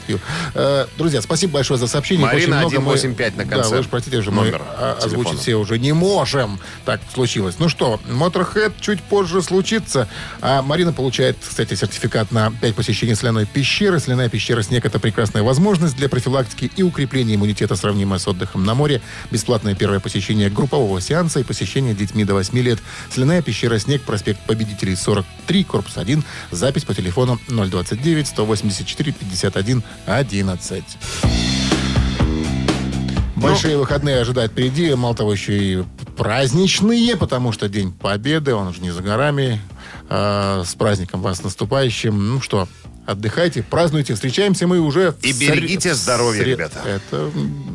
[SPEAKER 2] Э, друзья, спасибо большое за сообщение.
[SPEAKER 3] Марина
[SPEAKER 2] Очень много
[SPEAKER 3] 185 на
[SPEAKER 2] Да,
[SPEAKER 3] конце.
[SPEAKER 2] вы уж простите, же
[SPEAKER 3] Номер
[SPEAKER 2] мы а, озвучить
[SPEAKER 3] телефона.
[SPEAKER 2] все уже не можем. Так случилось. Ну что, Motorhead чуть позже случится. А Марина получает, кстати, сертификат на 5 посещений соляной пещеры. Соляная пещера «Снег» — это прекрасная возможность для профилактики и укрепления иммунитета, сравнимая с отдыхом на море. Бесплатное первое посещение группового сеанса и посещение детьми до 8 лет. Соляная пещера «Снег», проспект Победителей, 43, корпус 1. Запись по телефону 029-184-51-11.
[SPEAKER 3] Ну,
[SPEAKER 2] Большие выходные ожидают впереди, мало того, еще и праздничные, потому что День Победы, он же не за горами. А, с праздником вас наступающим. Ну что, отдыхайте, празднуйте, встречаемся мы уже... в
[SPEAKER 3] И
[SPEAKER 2] сред-
[SPEAKER 3] берегите
[SPEAKER 2] в
[SPEAKER 3] здоровье, ребята.
[SPEAKER 2] Это,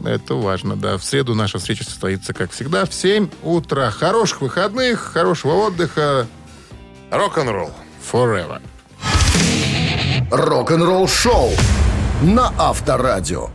[SPEAKER 2] это важно, да. В среду наша встреча состоится, как всегда, в 7 утра. Хороших выходных, хорошего отдыха.
[SPEAKER 3] Рок-н-ролл.
[SPEAKER 2] Forever.
[SPEAKER 9] Рок-н-ролл-шоу на Авторадио.